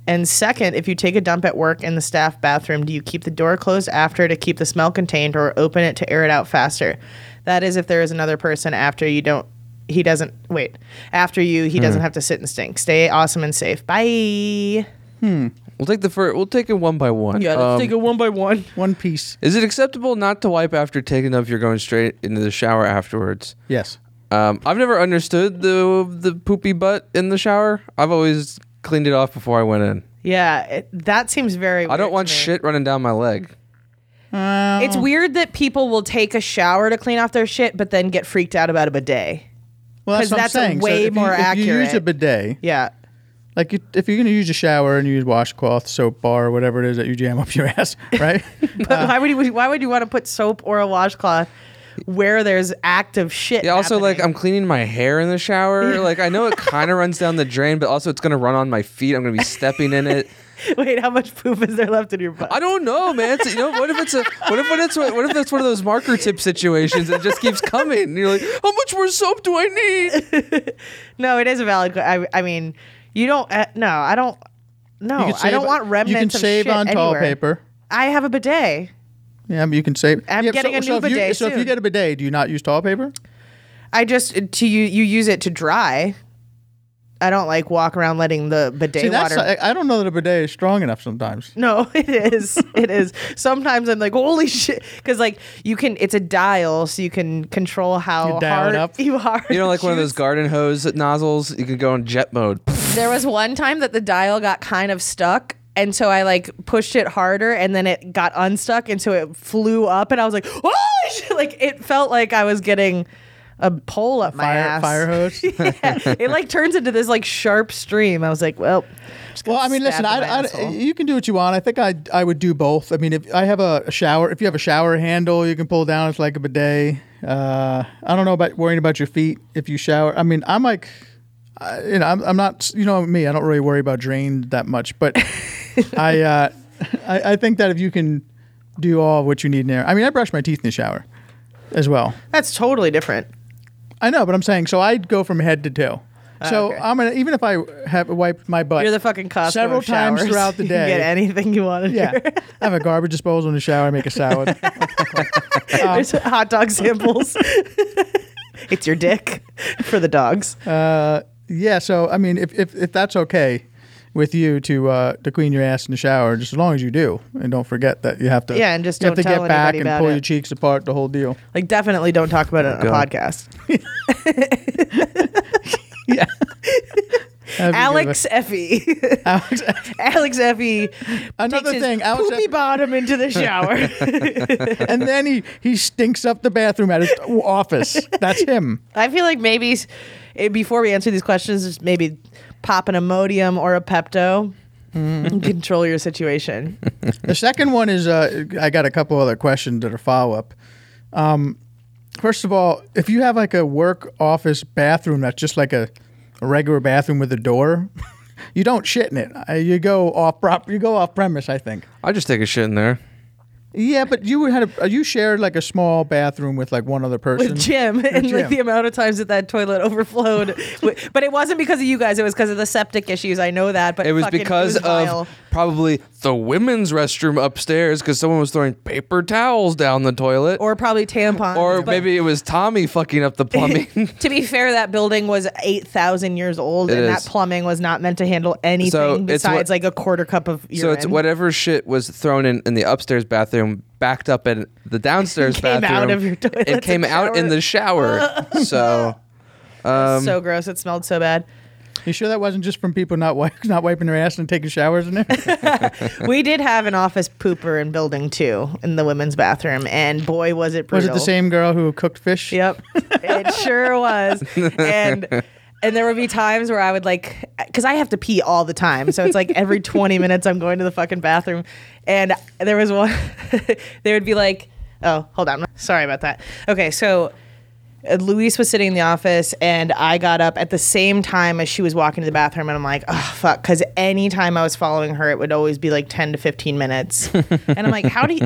And second, if you take a dump at work in the staff bathroom, do you keep the door closed after to keep the smell contained or open it to air it out faster? That is if there is another person after you don't he doesn't wait. After you, he
Hmm.
doesn't have to sit and stink. Stay awesome and safe. Bye. Yeah,
[LAUGHS] we'll take the first. We'll take it one by one. Um,
it one by one.
One piece.
Is it acceptable not to wipe after taking up if you're going straight into the shower afterwards?
Yes.
Um, I've never understood the the poopy butt in the shower. I've always cleaned it off before I went in.
Yeah, it, that seems very
I
weird
don't
to
want
me.
shit running down my leg.
Oh.
It's weird that people will take a shower to clean off their shit, but then get freaked out about a bidet.
Well, that's
'Cause
what
that's
I'm saying.
way
if you-
more
if You use a
accurate.
bidet,
Yeah.
Like you, if you're gonna use a shower and you use washcloth, soap bar, whatever it is that you jam [LAUGHS] up your ass, right?
But
Uh.
why would you? Why would you want to put soap or a washcloth where there's active shit?
Yeah, also like I'm
happening?
cleaning my hair in
[LAUGHS]
the shower. Like I know it kind of runs down the drain, but also it's gonna run on my feet. I'm gonna be stepping in it.
[LAUGHS] Wait, how much poop is there left in your butt?
I don't know, man. It's, you know, what if it's a what if it's what if it's one of those marker tip situations that just keeps coming? And you're like, how much more soap do I need?
No, it is a valid. que- I, I mean, you don't. Uh, no, I don't. [LAUGHS] No,
You
I don't want remnants.
You can
of
save
shit
on tall
anywhere.
paper.
I have a bidet.
Yeah, but you can save.
I'm
yeah,
getting a new
if you-
bidet
So if you
soon.
get a bidet, do you not use tall paper?
I just to you you use it to dry. I don't like walk around letting the bidet
See, that's
water.
I I don't know that a bidet is strong enough sometimes.
No, [LAUGHS] it is. It is. Sometimes I'm like, holy shit, because like you can. It's a dial, so you can control how
You dial
hard
it up.
you are.
You know, like one of those garden hose nozzles. You can go on jet mode.
There was one time that the dial got kind of stuck. And so I like pushed it harder and then it got unstuck. And so it flew up and I was like, holy shit. [LAUGHS] Like it felt like I was getting a pole up my
Fire,
ass.
fire [LAUGHS]
[LAUGHS]
hose.
yeah, it like turns into this like sharp stream. I was like, well,
Well, I mean,
stab
listen,
in my
I, I,
asshole.
you can do what you want. I think I I would do both. I mean, if I have a, a shower, if you have a shower handle, you can pull down. It's like a bidet. Uh, I don't know about worrying about your feet if you shower. I mean, I'm like, I, you know, I'm, I'm not. You know me, I don't really worry about drains that much.
[LAUGHS]
But I, uh, I I think that if you can do all what you need in there. I mean, I brush my teeth in the shower as well.
that's totally different.
I know, but I'm saying so I'd go from head to toe. so
Ah, okay.
I'm gonna even if I have wiped my butt.
You're the fucking Costco. of [LAUGHS]
Several times
showers.
throughout the
You can
day.
get anything you want. in [LAUGHS]
Yeah,
here.
I have a garbage disposal in the shower. I make a
[LAUGHS]
salad. Um,
There's hot dog samples. [LAUGHS] it's your dick [LAUGHS] for the dogs.
Uh, yeah, so I mean, if, if, if that's okay with you to uh, to clean your ass in the shower, just as long as you do, and don't forget that you have to.
Yeah, and just
you have
don't
to
tell
get back
anybody
and
about
pull
it.
your cheeks apart, the whole deal.
Like, definitely don't talk about it on a
God.
podcast.
Yeah. That'd be good.
Alex Effie.
[LAUGHS]
[LAUGHS]
Alex.
Alex Effie.
Another
takes his
thing, Alex
poopy
Effie-
bottom into the
[LAUGHS]
shower.
and then he he stinks up the bathroom at his office. That's him.
I feel like maybe s- eh, before we answer these questions, just maybe pop an Imodium or a Pepto.
Mm.
and Control your situation.
The second one is uh, I got a couple other questions that are follow up. Um, first of all, if you have like a work office bathroom that's just like a, a regular bathroom with a door, [LAUGHS] you don't shit in it. Uh, You go off prop. You go off premise. I think.
I just take a shit in there.
Yeah, but you had a, uh, you shared like a small bathroom with like one other person.
[LAUGHS] with Jim and like
Jim.
the amount of times that that toilet [LAUGHS]
[LAUGHS]
overflowed. Wi- but it wasn't because of you guys. It was because of the septic issues. I know that. But
It was
fucking,
because
was vile.
of probably the women's restroom upstairs because someone was throwing paper towels down the toilet.
or probably tampons.
Or
but
maybe it was Tommy fucking up
[LAUGHS]
the plumbing.
to be fair, that building was eight thousand years old,
It
and
is.
that plumbing was not meant to handle anything
it's what-
besides like a quarter cup of urine.
so it's whatever shit was thrown in, in the upstairs bathroom, backed up in
[LAUGHS]
the downstairs
Came out
bathroom.
of your toilet
It came
and
out in the shower.
[LAUGHS]
so um,
so gross. It smelled so bad.
You sure that wasn't just from people not wi- not wiping their ass and taking showers in [LAUGHS] there?
we did have an office pooper in building two in the women's bathroom, and boy was it
Was
brutal.
it the same girl who cooked fish?
Yep, it sure was. And and there would be times where I would like, because I have to pee all the time, so it's like every twenty minutes I'm going to the fucking bathroom. And there was one, [LAUGHS] there would be like, oh, hold on, sorry about that. Okay, so. uh, Luis was sitting in the office, and I got up at the same time as she was walking to the bathroom, and I'm like, "Oh fuck!" Because anytime I was following her, it would always be like 10 to 15 minutes, and I'm like,
[LAUGHS]
"How do you?"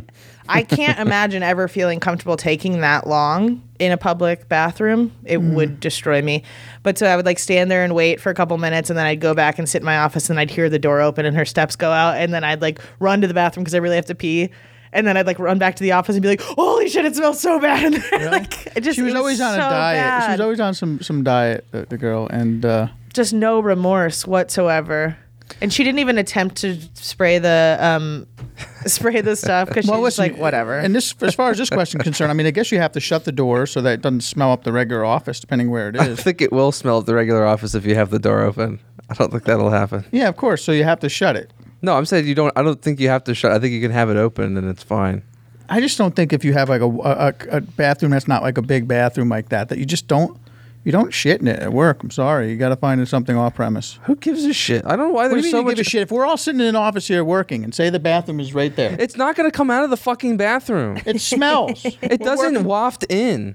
I can't imagine ever feeling comfortable taking that long in a public bathroom. It
Mm.
would destroy me. But so I would like stand there and wait for a couple minutes, and then I'd go back and sit in my office, and I'd hear the door open and her steps go out, and then I'd like run to the bathroom because I really have to pee. And then I'd like run back to the office and be like, "Holy shit, it smells so bad!" [LAUGHS] in there." like, it just
She was
it
always on
so
a diet. She was
bad.
always on some some diet. The, the girl and. Uh,
just no remorse whatsoever. And she didn't even attempt to spray the um, [LAUGHS] spray the stuff because she was
listen,
like, whatever.
And this, as far as this [LAUGHS] question is concerned, I mean, I guess you have to shut the door so that it doesn't smell up the regular office, depending where it
I
[LAUGHS] is.
think it will smell at the regular office if you have the door open. I don't think that'll happen.
yeah, of course. So you have to shut it.
No, I'm saying you don't. I don't think you have to shut. I think you can have it open and it's fine.
I just don't think if you have like a, a, a bathroom that's not like a big bathroom like that, that you just don't You don't shit in it at work. I'm sorry. You got to find something off premise.
Who gives a shit? I don't know why
What do
there's
you
so
mean you
much.
give a shit? If we're all sitting in an office here working and say the bathroom is right [LAUGHS] there, it,
It's not gonna come out of the fucking
[LAUGHS]
bathroom.
smells.
It doesn't waft in.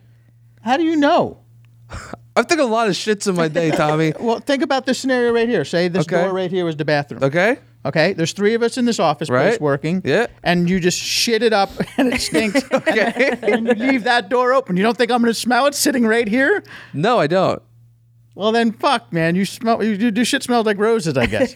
How do you know?
I took a lot of shits in my day,
[LAUGHS]
Tommy.
Well, think about this scenario right here. Say this
Okay.
door right here was the bathroom.
Okay.
Okay, there's three of us in this office
Right.
place working.
Yeah.
And you just shit it up [LAUGHS] and it stinks.
[LAUGHS] Okay.
and you leave that door open. You don't think I'm going to smell it sitting right here?
No, I don't.
Well, then fuck, man. You smell. You, you do shit smells like roses, I
[LAUGHS]
guess.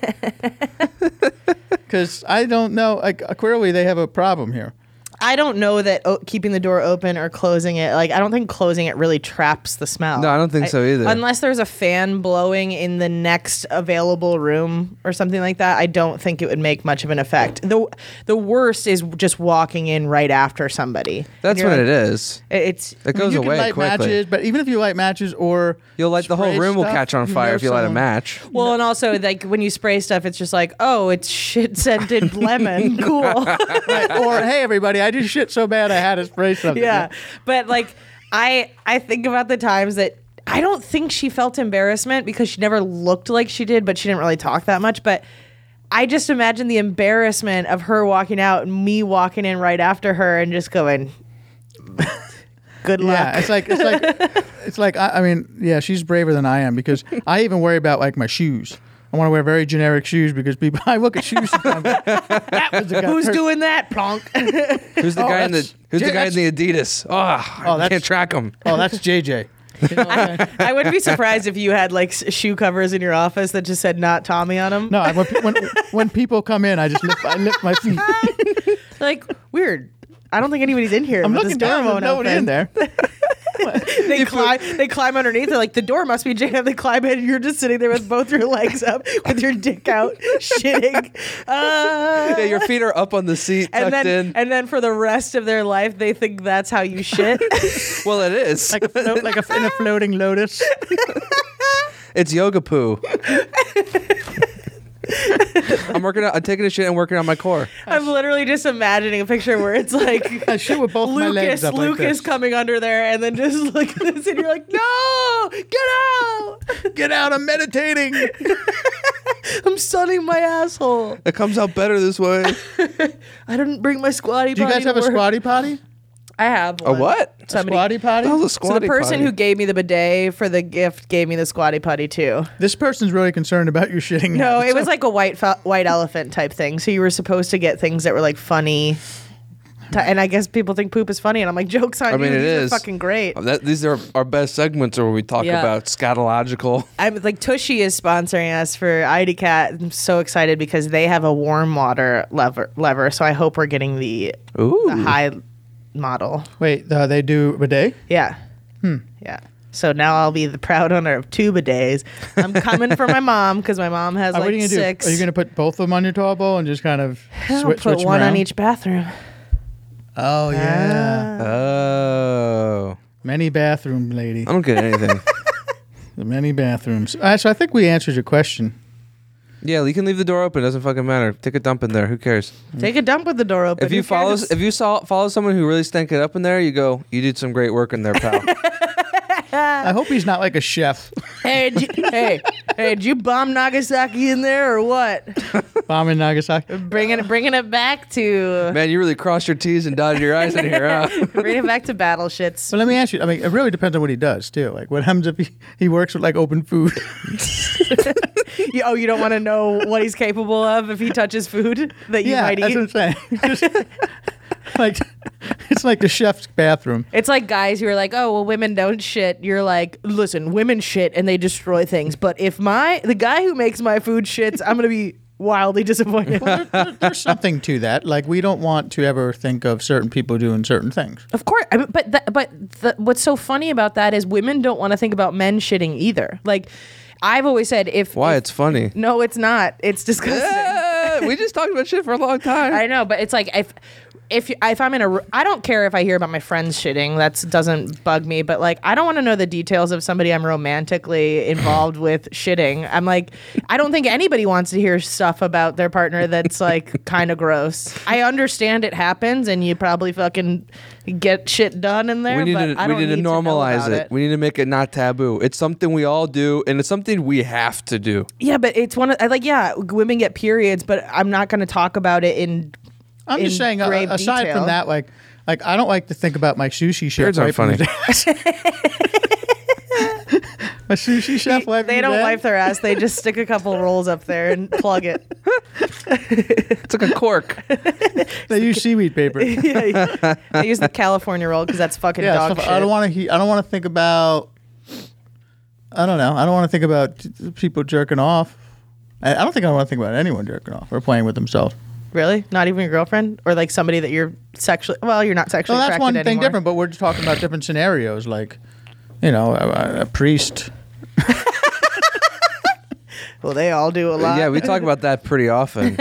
Because I don't know. Like uh, clearly, they have a problem here.
I don't know that o- keeping the door open or closing it, like, I don't think closing it really traps the smell.
No, I don't think so either.
Unless there's a fan blowing in the next available room or something like that, I don't think it would make much of an effect. The, the worst is just walking in right after somebody.
That's what it is.
It's
It goes
you can
away
light
quickly.
matches, but even if you light matches or
You'll light the whole
spray
room will
stuff,
catch on fire
know
if you light a
someone-
[LAUGHS] match.
[LAUGHS] Well, and also like when you spray stuff, it's just like, oh, it's shit scented [LAUGHS] lemon.
[LAUGHS]
Cool.
Right, Or hey, everybody, I just shit so bad I had to
[LAUGHS]
spray something.
yeah. But like I I think about the times that I don't think she felt embarrassment because she never looked like she did, but she didn't really talk that much. But I just imagine the embarrassment of her walking out and me walking in right after her and just going, [LAUGHS] Good luck.
Yeah, it's like it's
[LAUGHS]
like it's like I, I mean, yeah, she's braver than I am because I even worry about like my shoes. I want to wear very generic shoes because people [LAUGHS] I look at shoes. and I'm like, that was a
Who's doing that,
[LAUGHS]
plonk?
Who's the
Oh,
guy in the
that's-
Who's the
yeah,
guy in the Adidas? Oh, I
that's-
can't track him.
Oh, that's JJ. You know, okay.
I would be surprised if you had like s- shoe covers in your office that just said "not Tommy" on them.
No, I- when, pe- when when people come in, I just lift, I lift
[LAUGHS]
my feet.
like weird. I don't think anybody's in here.
I'm
but this
looking
door
down,
won't
there's no one
open. [LAUGHS]
in there.
They climb. They climb underneath. They're like, the door must be jammed. They climb in. and You're just sitting there with both your legs up, with your dick
[LAUGHS]
out, shitting. Uh,
Yeah, your feet are up on the seat, tucked
and then,
in.
and then for the rest of their life, they think that's how you
[LAUGHS]
shit. [LAUGHS]
well, it is.
like a float, like a, in a floating lotus.
[LAUGHS] It's yoga [LAUGHS] poo. I'm working out. I'm taking a shit and working on my core.
I'm literally just imagining a picture where it's like
I shit with both [LAUGHS] my
Lucas,
legs up like
Lucas
this.
coming under there, and then just [LAUGHS] like this, and you're like, no, get out!
Get out! I'm meditating.
I'm sunning my asshole.
It comes out better this way.
I didn't bring my squatty.
Do you guys have a squatty potty?
I have.
A
one.
what?
Somebody- Oh.
Squatty potty.
That was a
So
squatty
the person
potty.
who gave me the bidet for the gift gave me the squatty putty too.
This person's really concerned about you shitting.
No,
habits.
it was like a white fe- white elephant type thing. So you were supposed to get things that were like funny. T- And I guess people think poop is funny, and I'm like, jokes on
I mean,
you.
it
These are
is
fucking great.
Oh, That, these are our best segments, where we talk
Yeah.
about scatological.
I'm like Tushy is sponsoring us for IDCat. I'm so excited because they have a warm water lever. lever so I hope we're getting the, the
[LAUGHS] Ooh,
high model.
Wait, uh, they do bidet.
Yeah.
Hmm.
Yeah. So now I'll be the proud owner of two bidets. I'm coming for my mom because my mom
[LAUGHS]
has
Uh,
like
what are you gonna
six.
do? Are you gonna put both of them on your towel bowl and just kind of
I'll
switch,
put
switch 'em
one on
around?
each bathroom.
Oh yeah,
oh,
many bathroom lady,
I don't get [LAUGHS] anything.
The many bathrooms. All right, so I think we answered your question.
yeah, you can leave the door open. Doesn't fucking matter. Take a dump in there. Who cares?
Take a dump with the door open.
if you
Who
follow,
cares?
if you saw follow someone who really stank it up in there, you go, you did some great work in there, [LAUGHS] pal.
I hope he's not like
[LAUGHS]
a chef
hey, did you, hey, hey, did you bomb Nagasaki in there or what?
bombing Nagasaki.
Bringing it, bringing it back to,
Man, you really crossed your T's and dotted your I's in here, [LAUGHS] huh?
bringing it back to battle shits.
But let me ask you. I mean, it really depends on what he does too. Like, what happens if he, he works with like
[LAUGHS]
open food?
You- oh, you don't want to know what he's capable of if he touches food that you
yeah,
might
that's
eat.
what I'm saying. [LAUGHS] Just- like, it's like the chef's bathroom.
It's like guys who are like, "Oh, well, women don't shit." You're like, "Listen, women shit and they destroy things, but if my the guy who makes my food shits, I'm gonna be wildly
[LAUGHS]
disappointed."
There- there- There's something to that. Like, we don't want to ever think of certain people doing certain things.
of course, I mean, but th- but the, what's so funny about that is women don't want to think about men shitting either. Like, I've always said, if
Why?
if-
It's funny.
no, it's not. It's
[LAUGHS]
disgusting.
Yeah, we just talked about shit for a long time.
[LAUGHS] I know, but it's like if if you- if I'm in a r- I don't care if I hear about my friends shitting. That doesn't bug me. But like, I don't want to know the details of somebody I'm romantically involved with shitting. I'm like, I don't think anybody wants to hear stuff about their
[LAUGHS]
partner that's like kind of gross. I understand it happens, and you probably fucking get shit done in there.
we need
but
to
I
we
don't
need to
know
normalize
about
it. We need to make it not taboo. It's something we all do, and it's something we have to do.
yeah, but it's one of I like yeah, women get periods, but I'm not going to talk about it in.
I'm just
in
saying. Uh,
grave
aside
detail.
from that, like, like I don't like to think about my sushi chef.
Beards aren't
wiping me down. [LAUGHS]
funny.
my sushi chef. wiping
They
me
don't
down.
wipe their ass. They just stick a couple rolls up there and plug it.
It's like a
[LAUGHS]
cork.
They use seaweed paper. yeah,
Yeah, I use the California roll because that's fucking dog
stuff-
shit.
I don't want to. I don't want to think about. I don't know. I don't want to think about t- people jerking off. I, I don't think I want to think about anyone jerking off or playing with themselves.
really not even your girlfriend or like somebody that you're sexually. Well, you're not
So
sexually.
that's
attracted
one thing
anymore.
different, but we're just talking about different scenarios, like, you know, a, a priest.
Well, they all do a lot.
Uh, yeah, we talk about that pretty
[LAUGHS]
often.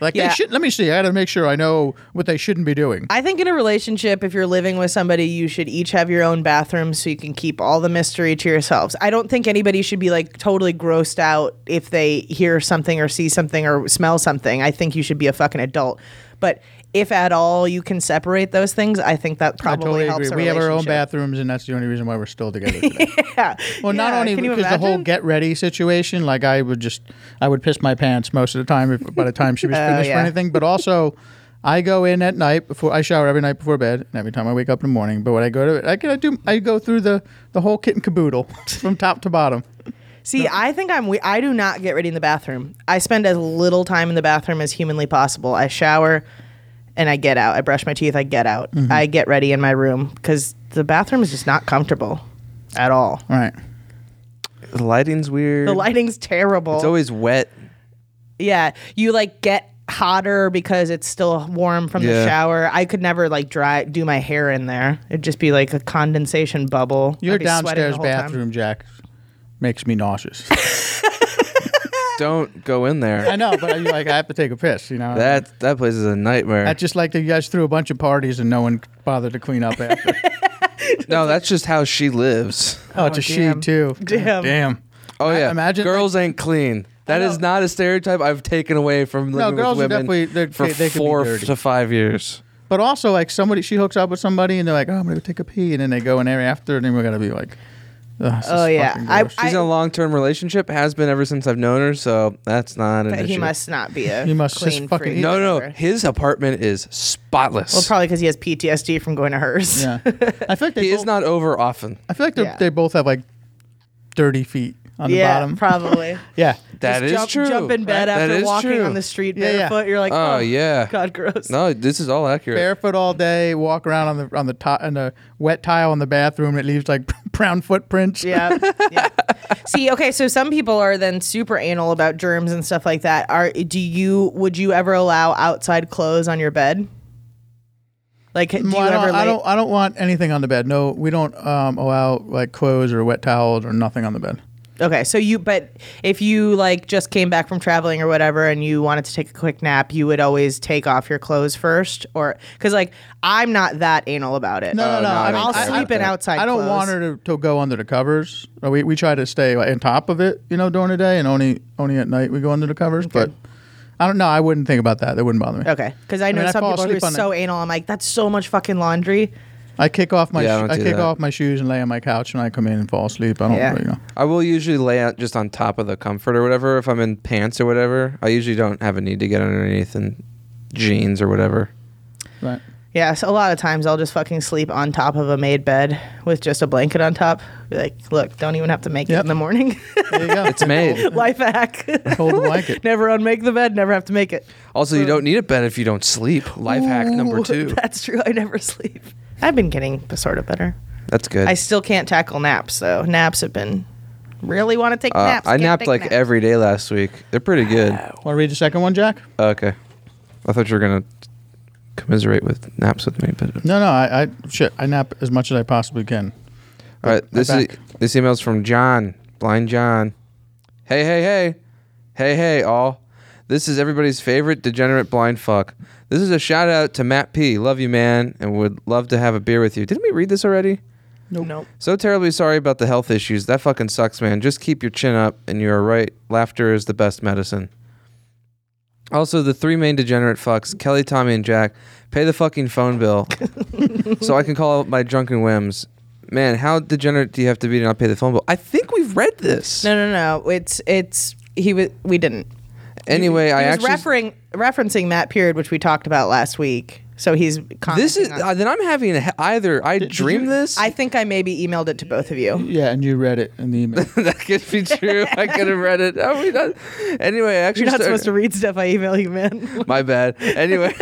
Like,
Yeah.
they should, let me see. I got to make sure I know what they shouldn't be doing.
I think in a relationship, if you're living with somebody, you should each have your own bathroom so you can keep all the mystery to yourselves. I don't think anybody should be like totally grossed out if they hear something or see something or smell something. I think you should be a fucking adult. But if at all you can separate those things, I think that
I
probably
totally
helps. a
agree. We have our own
relationship.
bathrooms, and that's the only reason why we're still
[LAUGHS]
together. Today.
Yeah.
Well, not
Yeah,
only
can you
because the whole
imagine?
get ready situation, like I would just, I would piss my pants most of the time if, by the time she was
[LAUGHS] Oh,
finished or
yeah.
anything. But also, I go in at night before I shower every night before bed, and every time I wake up in the morning. But when I go to, I can I do, I go through the the whole kit and caboodle [LAUGHS] from top to bottom.
See, I think I'm. We- I do not get ready in the bathroom. I spend as little time in the bathroom as humanly possible. I shower, and I get out. I brush my teeth. I get out. I get ready in my room because the bathroom is just not comfortable at all.
All right.
the lighting's weird.
The lighting's terrible.
It's always wet.
yeah, you like get hotter because it's still warm from
Yeah.
the shower. I could never like dry do my hair in there. It'd just be like a condensation bubble.
Your
I'd be sweating the
downstairs
whole time.
bathroom, Jack, makes me nauseous.
Don't go in
I
there.
know, but I'm like, I have to take a piss. You know.
[LAUGHS] That that place is a nightmare.
I just like that you guys threw a bunch of parties and no one bothered to clean up after.
no, that's just how she lives.
oh, it's a she
damn.
too.
[LAUGHS] Damn.
Damn.
Oh yeah,
imagine, like-
girls ain't clean. That is not a stereotype I've taken away from living with
girls are
women
definitely- they're-
for
they- they could be
four
dirty.
to five years.
But also, like somebody, she hooks up with somebody, and they're like, "Oh, I'm gonna go take a pee," and then they go in there after, and then we're gonna be like, "Ugh, this
Oh
is
yeah,
fucking
I,
gross."
I,
She's in a long-term relationship. Has been ever since I've known her. So that's not an
but he
issue.
must not be a
He must just
clean
fucking
freak.
eat-
no, no,
Whatever.
his apartment is spotless.
Well, probably because he has PTSD from going to hers. [LAUGHS]
yeah. I feel like they
he
both,
is not over often.
I feel like they're-
Yeah.
they both have like dirty feet on the
Yeah,
bottom. [LAUGHS]
probably.
yeah.
That is
Just jump,
true.
Jump in bed
That
after
is
walking
true.
on the street
Yeah, yeah.
barefoot. You're like,
Oh,
oh,
yeah.
God, gross.
No, this is all accurate.
Barefoot all day, walk around on the on the top on the wet tile in the bathroom. It leaves like [LAUGHS] brown
[LAUGHS]
footprints. [LAUGHS]
Yeah. yeah. See, okay, so some people are then super anal about germs and stuff like that. Are do you? Would you ever allow outside clothes on your bed? Like, do
Well,
you
I, don't,
ever?
I
lay-
don't. I don't want anything on the bed. No, we don't um, allow like clothes or wet towels or nothing on the bed.
Okay, so you, but if you like just came back from traveling or whatever and you wanted to take a quick nap, you would always take off your clothes first, or because like I'm not that anal about it.
No, Uh, Oh, no, no.
no, I
I
don't
mean,
I'll
care
I-
sleep
about
in
that.
outside.
I don't
clothes.
want her to, to go under the covers. Uh, We, we try to stay like, on top of it, you know, during the day, and only only at night we go under the covers. But I don't know. I wouldn't think about that. That wouldn't bother me.
Okay, because I know
mean, I
some
fall
people
asleep
who are
on
so anal. I'm like, that's so much fucking laundry.
I kick off my
Yeah,
sho-
I don't
I,
do
kick
that.
off my shoes and lay on my couch, and I come in and fall asleep. I don't
Yeah.
really know.
I will usually lay out just on top of the comfort or whatever if I'm in pants or whatever. I usually don't have a need to get underneath in jeans or whatever.
Right.
Yeah, so a lot of times I'll just fucking sleep on top of a made bed with just a blanket on top. Be like, look, don't even have to make it
Yep.
in the morning. [LAUGHS]
There you go. [LAUGHS]
It's made.
Life hack. [LAUGHS]
Cold blanket.
never unmake the bed. Never have to make it.
Also, you don't need a bed if you don't sleep. Life hack number
Ooh,
two.
That's true. I never sleep. I've been getting sort of better.
That's good. Uh,
I still can't tackle naps though. Naps have been really want to take
Uh,
naps.
I
can't
napped
take
like
naps.
every day last week. They're pretty good. Oh,
Want to read the second one, Jack?
okay. I thought you were going to commiserate with naps with me,
[LAUGHS]
but
No, no. I, I shit. I nap as much as I possibly can.
All right, this is
back.
this email's from John, blind John. Hey, hey, hey, hey, hey, all. This is everybody's favorite degenerate blind fuck. This is a shout out to Matt P. Love you, man, and would love to have a beer with you. Didn't we read this already?
Nope. nope.
So terribly sorry about the health issues. That fucking sucks, man. Just keep your chin up, and you are right. Laughter is the best medicine. Also, the three main degenerate fucks, Kelly, Tommy, and Jack, pay the fucking phone bill so I can call out my drunken whims. Man, how degenerate do you have to be to not pay the phone bill? I think we've read this.
No, no, no. It's it's he was we didn't.
anyway, I
he was
actually.
referring, referencing that period which we talked about last week. So he's
this
commenting
is.
on-
Uh, then I'm having a, he- either.
[LAUGHS]
I dream this.
I think I maybe emailed it to both of you.
Yeah, and you read it in the [LAUGHS] email.
[LAUGHS] that could be true. I could have read it. [LAUGHS] Are we not? Anyway, I
[LAUGHS]
actually.
You're not
started-
supposed to read stuff I email you, man.
[LAUGHS] My bad. Anyway.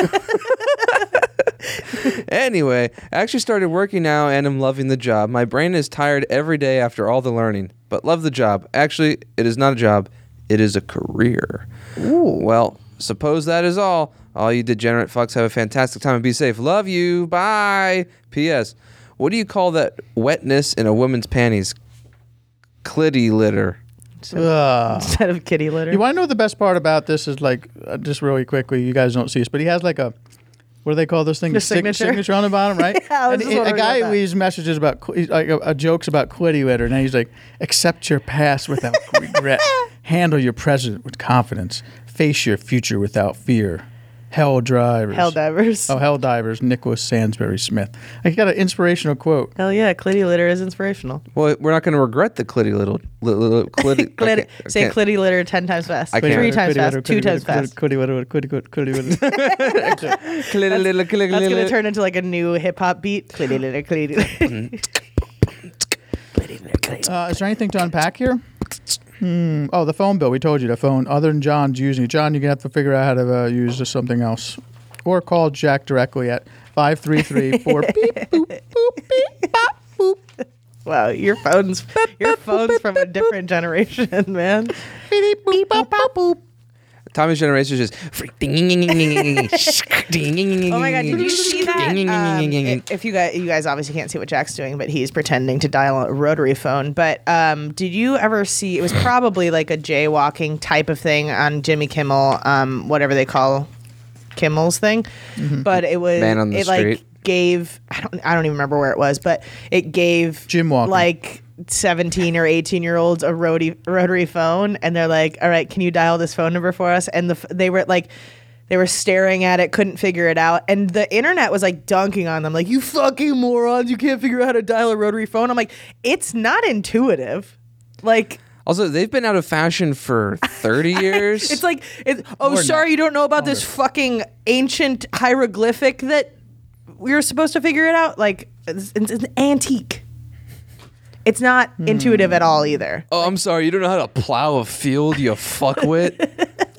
anyway, I actually started working now and I'm loving the job. My brain is tired every day after all the learning, but love the job. Actually, it is not a job, it is a career. Well, suppose that is all. All you degenerate fucks have a fantastic time and be safe. Love you. Bye. P.S. What do you call that wetness in a woman's panties? Clitty litter.
[LAUGHS]
Ugh.
Instead of kitty litter.
You want to know the best part about this is like uh, just really quickly. You guys don't see this, but he has like a what do they call this thing?
The
sig-
signature.
signature on the bottom, right?
[LAUGHS] Yeah, I was
And
just
he- a
wondering
guy
about that.
leaves messages about qu- he's like a, a jokes about quitty letter, and he's like, "Accept your
[LAUGHS]
past without regret. Handle your present with confidence. Face your future without fear." Hell drivers.
Hell divers.
Oh, hell divers. Nicholas Sansbury Smith. I got an inspirational quote.
Hell yeah, clitty litter is inspirational.
Well, we're not going to regret the clitty little. Li, li, li- clitty, I
[LAUGHS] Clitty,
can't- I
say
can't-
clitty litter ten times fast.
I can't.
Three
Clitty
times fast. Two times fast.
Quitty letter. Quitty letter.
That's,
That's gonna turn into like a new hip hop beat. [LAUGHS] Clitty litter, clitty litter.
Uh, is there anything to unpack here? Hmm. Oh, the phone bill. We told you the phone. Other than John's using it, John, you're gonna have to figure out how to uh, use this something else, or call Jack directly at five three three four [LAUGHS] beep boop boop beep bop boop.
wow, your phone's your phone's from a different generation, man.
beep, boop, bop, bop, boop.
Tommy's generation is just.
Oh
oh
my god, did you see that? Um, i- if you guys, you guys obviously can't see what Jack's doing, but he's pretending to dial a rotary phone. But um, did you ever see? It was probably like a jaywalking type of thing on Jimmy Kimmel, um, whatever they call Kimmel's thing. But it was
Man on the
it
street.
like gave I don't I don't even remember where it was, but it gave
Gym walking.
like. 17 or 18 year olds a rotary, rotary phone and they're like all right can you dial this phone number for us and the f- they were like they were staring at it, couldn't figure it out. And the internet was like dunking on them, like, you fucking morons, you can't figure out how to dial a rotary phone. I'm like, it's not intuitive. Like,
Also, they've been out of fashion for 30 years.
[LAUGHS] it's like, it's, oh, sorry, you don't know about this fucking ancient hieroglyphic that we were supposed to figure it out. Like, it's, it's an antique. It's not
Hmm.
intuitive at all either.
oh, I'm sorry. You don't know how to plow a field,
[LAUGHS]
you fuckwit.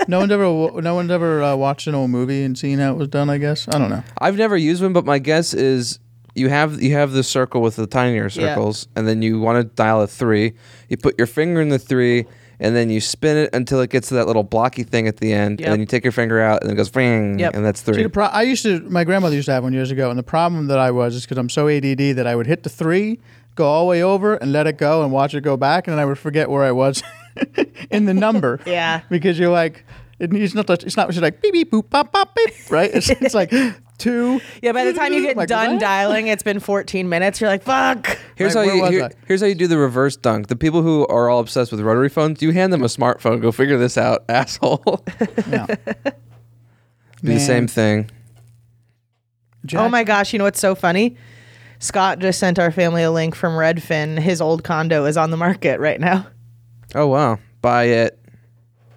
No one ever, wa- no one ever uh, watched an old movie and seen how it was done. I guess I don't know.
I've never used one, but my guess is. You have you have the circle with the tinier circles, and then you want to dial a three. You put your finger in the three, and then you spin it until it gets to that little blocky thing at the end, and
Yep.
then you take your finger out, and it goes bang,
Yep.
and that's
See,
three.
the pro- I used to. My grandmother used to have one years ago, and the problem that I was is because I'm so ADD that I would hit the three, go all the way over, and let it go, and watch it go back, and then I would forget where I was [LAUGHS] in the number.
[LAUGHS] Yeah.
because you're like, it, it's not. It's not. It's like beep beep boop pop pop beep. Right?
[LAUGHS]
It's, it's like two.
Yeah, by the time
[LAUGHS]
you get
Like,
done
what?
dialing, it's been 14 minutes. You're like, fuck.
Here's
Like,
how
where
you
was
here-
I?
here's how you do the reverse dunk. The people who are all obsessed with rotary phones, you hand them a smartphone. Go figure this out, [LAUGHS] asshole.
[LAUGHS]
No.
Be the same
Man.
thing.
Oh
Jack-
my gosh, you know what's so funny? Scott just sent our family a link from Redfin. His old condo is on the market right now.
Oh wow, buy it.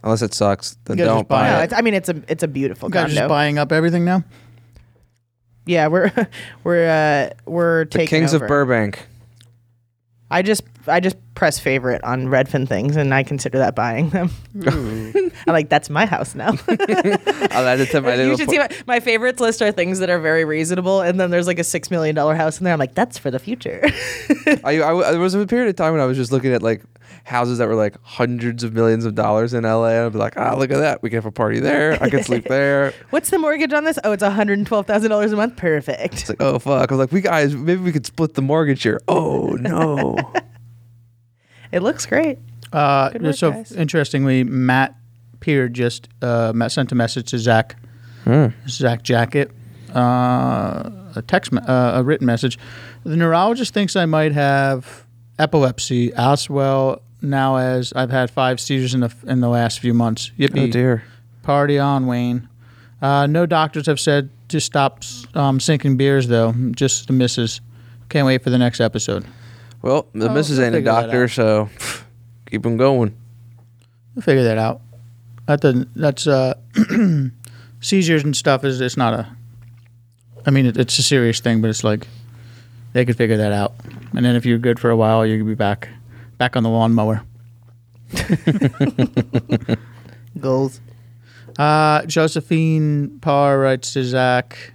Unless it sucks, then
You guys
don't
just buy
buy
No,
it.
it.
it's, I mean it's a it's a beautiful
You guys
condo.
just buying up everything now.
yeah, we're [LAUGHS] we're uh, we're
The
taking
Kings
over.
of Burbank.
I just I just press favorite on Redfin things, and I consider that buying them.
Hmm.
[LAUGHS] I'm like, that's my house
[LAUGHS]
now.
I'll add it to my
[LAUGHS] you
little.
should
po-
see my, my favorites list are things that are very reasonable, and then there's like a six million dollar house in there. I'm like, that's for the future. [LAUGHS]
I, I, there was a period of time when I was just looking at like houses that were like hundreds of millions of dollars in LA. And I'd be like, ah, look at that. We can have a party there. I
[LAUGHS]
can sleep there.
What's the mortgage on this? Oh, it's one hundred twelve thousand dollars a month. Perfect.
It's like, oh fuck. I was like, we guys, maybe we could split the mortgage here. Oh
[LAUGHS]
no.
It looks great.
Uh,
work,
so
guys.
interestingly, Matt Peer just uh, met, sent a message to Zach,
Hmm.
Zach Jacket, uh, a text, me- uh, a written message. The neurologist thinks I might have epilepsy as well. Now as I've had five seizures in the in the last few months. Yippee!
oh dear.
Party on, Wayne. Uh, no doctors have said to stop um, sinking beers, though. Just the misses. Can't wait for the next episode.
Well, the
Oh,
missus
we'll
ain't a
figure that
doctor,
out.
so keep them going.
We'll figure that out. That doesn't. That's uh, [CLEARS THROAT] seizures and stuff. Is it's not a. I mean, it, it's a serious thing, but it's like they could figure that out. And then if you're good for a while, you could be back, back on the lawnmower.
Goals.
Uh, Josephine Parr writes to Zach,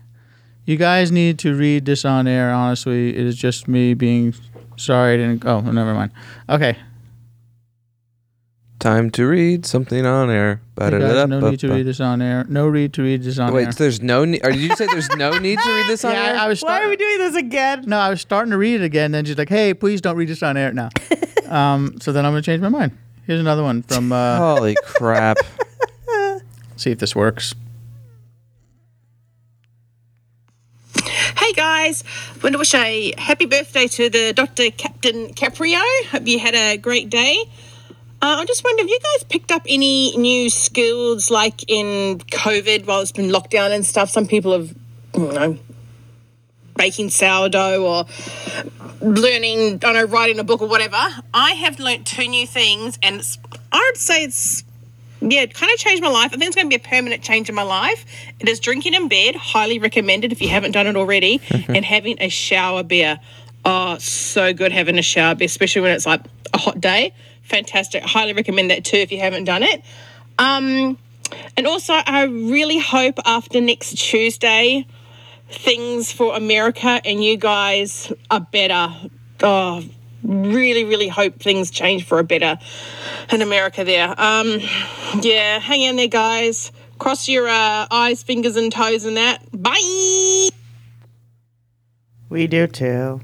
"You guys need to read this on air. Honestly, it is just me being sorry. I didn't. Oh, never mind. Okay,
Time to read something on air.
You guys, no need to
Ba-da-da-da-ba-ba.
read this on air. No read to read this on
Wait,
air.
so there's no need. Or did you say
[LAUGHS]
there's no need to read this on air?
yeah, I, I was.
Why
start-
are we doing this again?
No, I was starting to read it again. Then she's like, "Hey, please don't read this on air
[LAUGHS]
now." um, so then I'm gonna change my mind. Here's another one from. Uh,
Holy crap.
See if this works.
Hey guys, want to wish a happy birthday to the Dr. Captain Caprio. Hope you had a great day. Uh, I just wonder if you guys picked up any new skills like in COVID while it's been locked down and stuff. Some people have, you know, baking sourdough or learning, I don't know, writing a book or whatever. I have learnt two new things and it's, I would say it's yeah, it kind of changed my life. I think it's going to be a permanent change in my life. It is drinking in bed, highly recommended if you haven't done it already, and having a shower beer. Oh, so good having a shower beer, especially when it's like a hot day. Fantastic. Highly recommend that too if you haven't done it. Um, and also, I really hope after next Tuesday, things for America and you guys are better. Oh, really, really hope things change for a better in America there. Um, yeah, hang in there, guys. Cross your uh, eyes, fingers, and toes, and that. Bye.
We do too.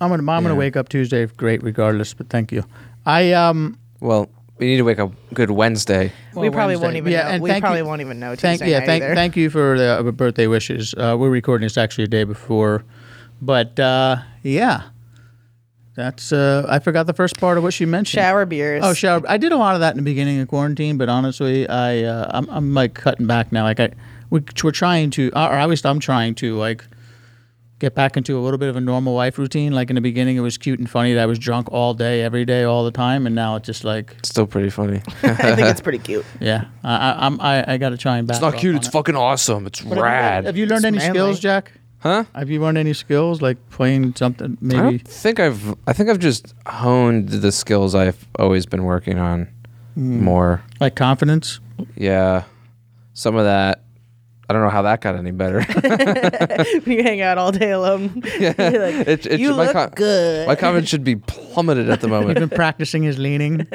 I'm gonna. I'm gonna wake up Tuesday. Great, regardless. But thank you. I um.
well, we need to wake up good Wednesday.
we
well,
probably won't
Wednesday.
even.
Yeah,
know.
and
we
thank
probably
you-
won't even know.
Thank
Tuesday
yeah,
night
thank
either.
thank you for the uh, birthday wishes. Uh, we're recording this actually a day before, but uh, yeah, that's. Uh, I forgot the first part of what she mentioned.
Shower beers. [LAUGHS]
Oh, shower. I did a lot of that in the beginning of quarantine, but honestly, I uh, I'm, I'm like cutting back now. Like I we, we're trying to, or at least I'm trying to like get back into a little bit of a normal life routine. Like in the beginning, it was cute and funny that I was drunk all day, every day, all the time, and now it's just like,
Still pretty funny. it's
I think it's pretty cute. [LAUGHS]
yeah, I, I I'm I, I got to try and back.
not
up
cute.
on
It's
it.
fucking awesome. It's
But have you-
rad.
Have you learned
It's
any
manly.
skills, Jack?
huh?
Have you learned any skills like playing something?
I
Maybe
don't think I've. I think I've just honed the skills I've always been working on
Hmm.
more.
[LAUGHS]
like confidence.
Yeah, some of that. I don't know how that got any better. [LAUGHS]
you hang out all day
[LAUGHS]
alone. [LAUGHS] You're like,
It- it-
you
my
look
co-
good.
My comment should be
[LAUGHS]
plummeted at the
Been
moment.
practicing his leaning.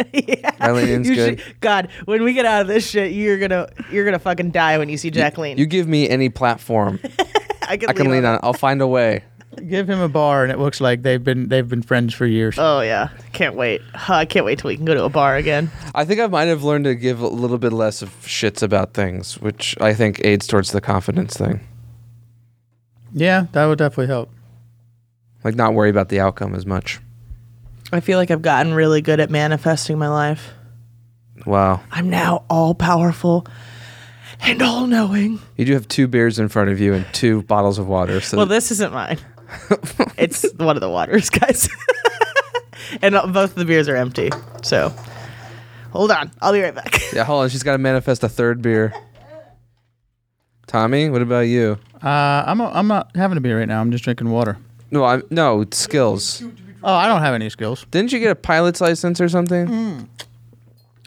My leaning's
You
good.
should- God, when we get out of this shit, you're gonna you're gonna fucking die when you see Jacqueline.
You give me any
[LAUGHS]
platform,
I can,
I can lean on. it. I'll find a way.
Give him a bar, and it looks like they've been they've been friends for years.
Oh yeah, can't wait. Huh, I can't wait till we can go to a bar again.
I think I might have learned to give a little bit less of shits about things, which I think aids towards the confidence thing.
Yeah, that would definitely help.
Like not worry about the outcome as much.
I feel like I've gotten really good at manifesting my life.
Wow,
I'm now all powerful and all knowing.
you do have two beers in front of you and two bottles of water. So
Well, this isn't
[LAUGHS]
mine. it's one of the waters, guys. [LAUGHS] and uh, both the beers are empty. So hold on, I'll be right back.
Yeah, hold on. She's got to manifest a third beer. Tommy, what about you?
Uh, I'm a, I'm not having a beer right now. I'm just drinking water.
No, I'm no it's skills.
Oh, I don't have any skills.
Didn't you get a pilot's license or something?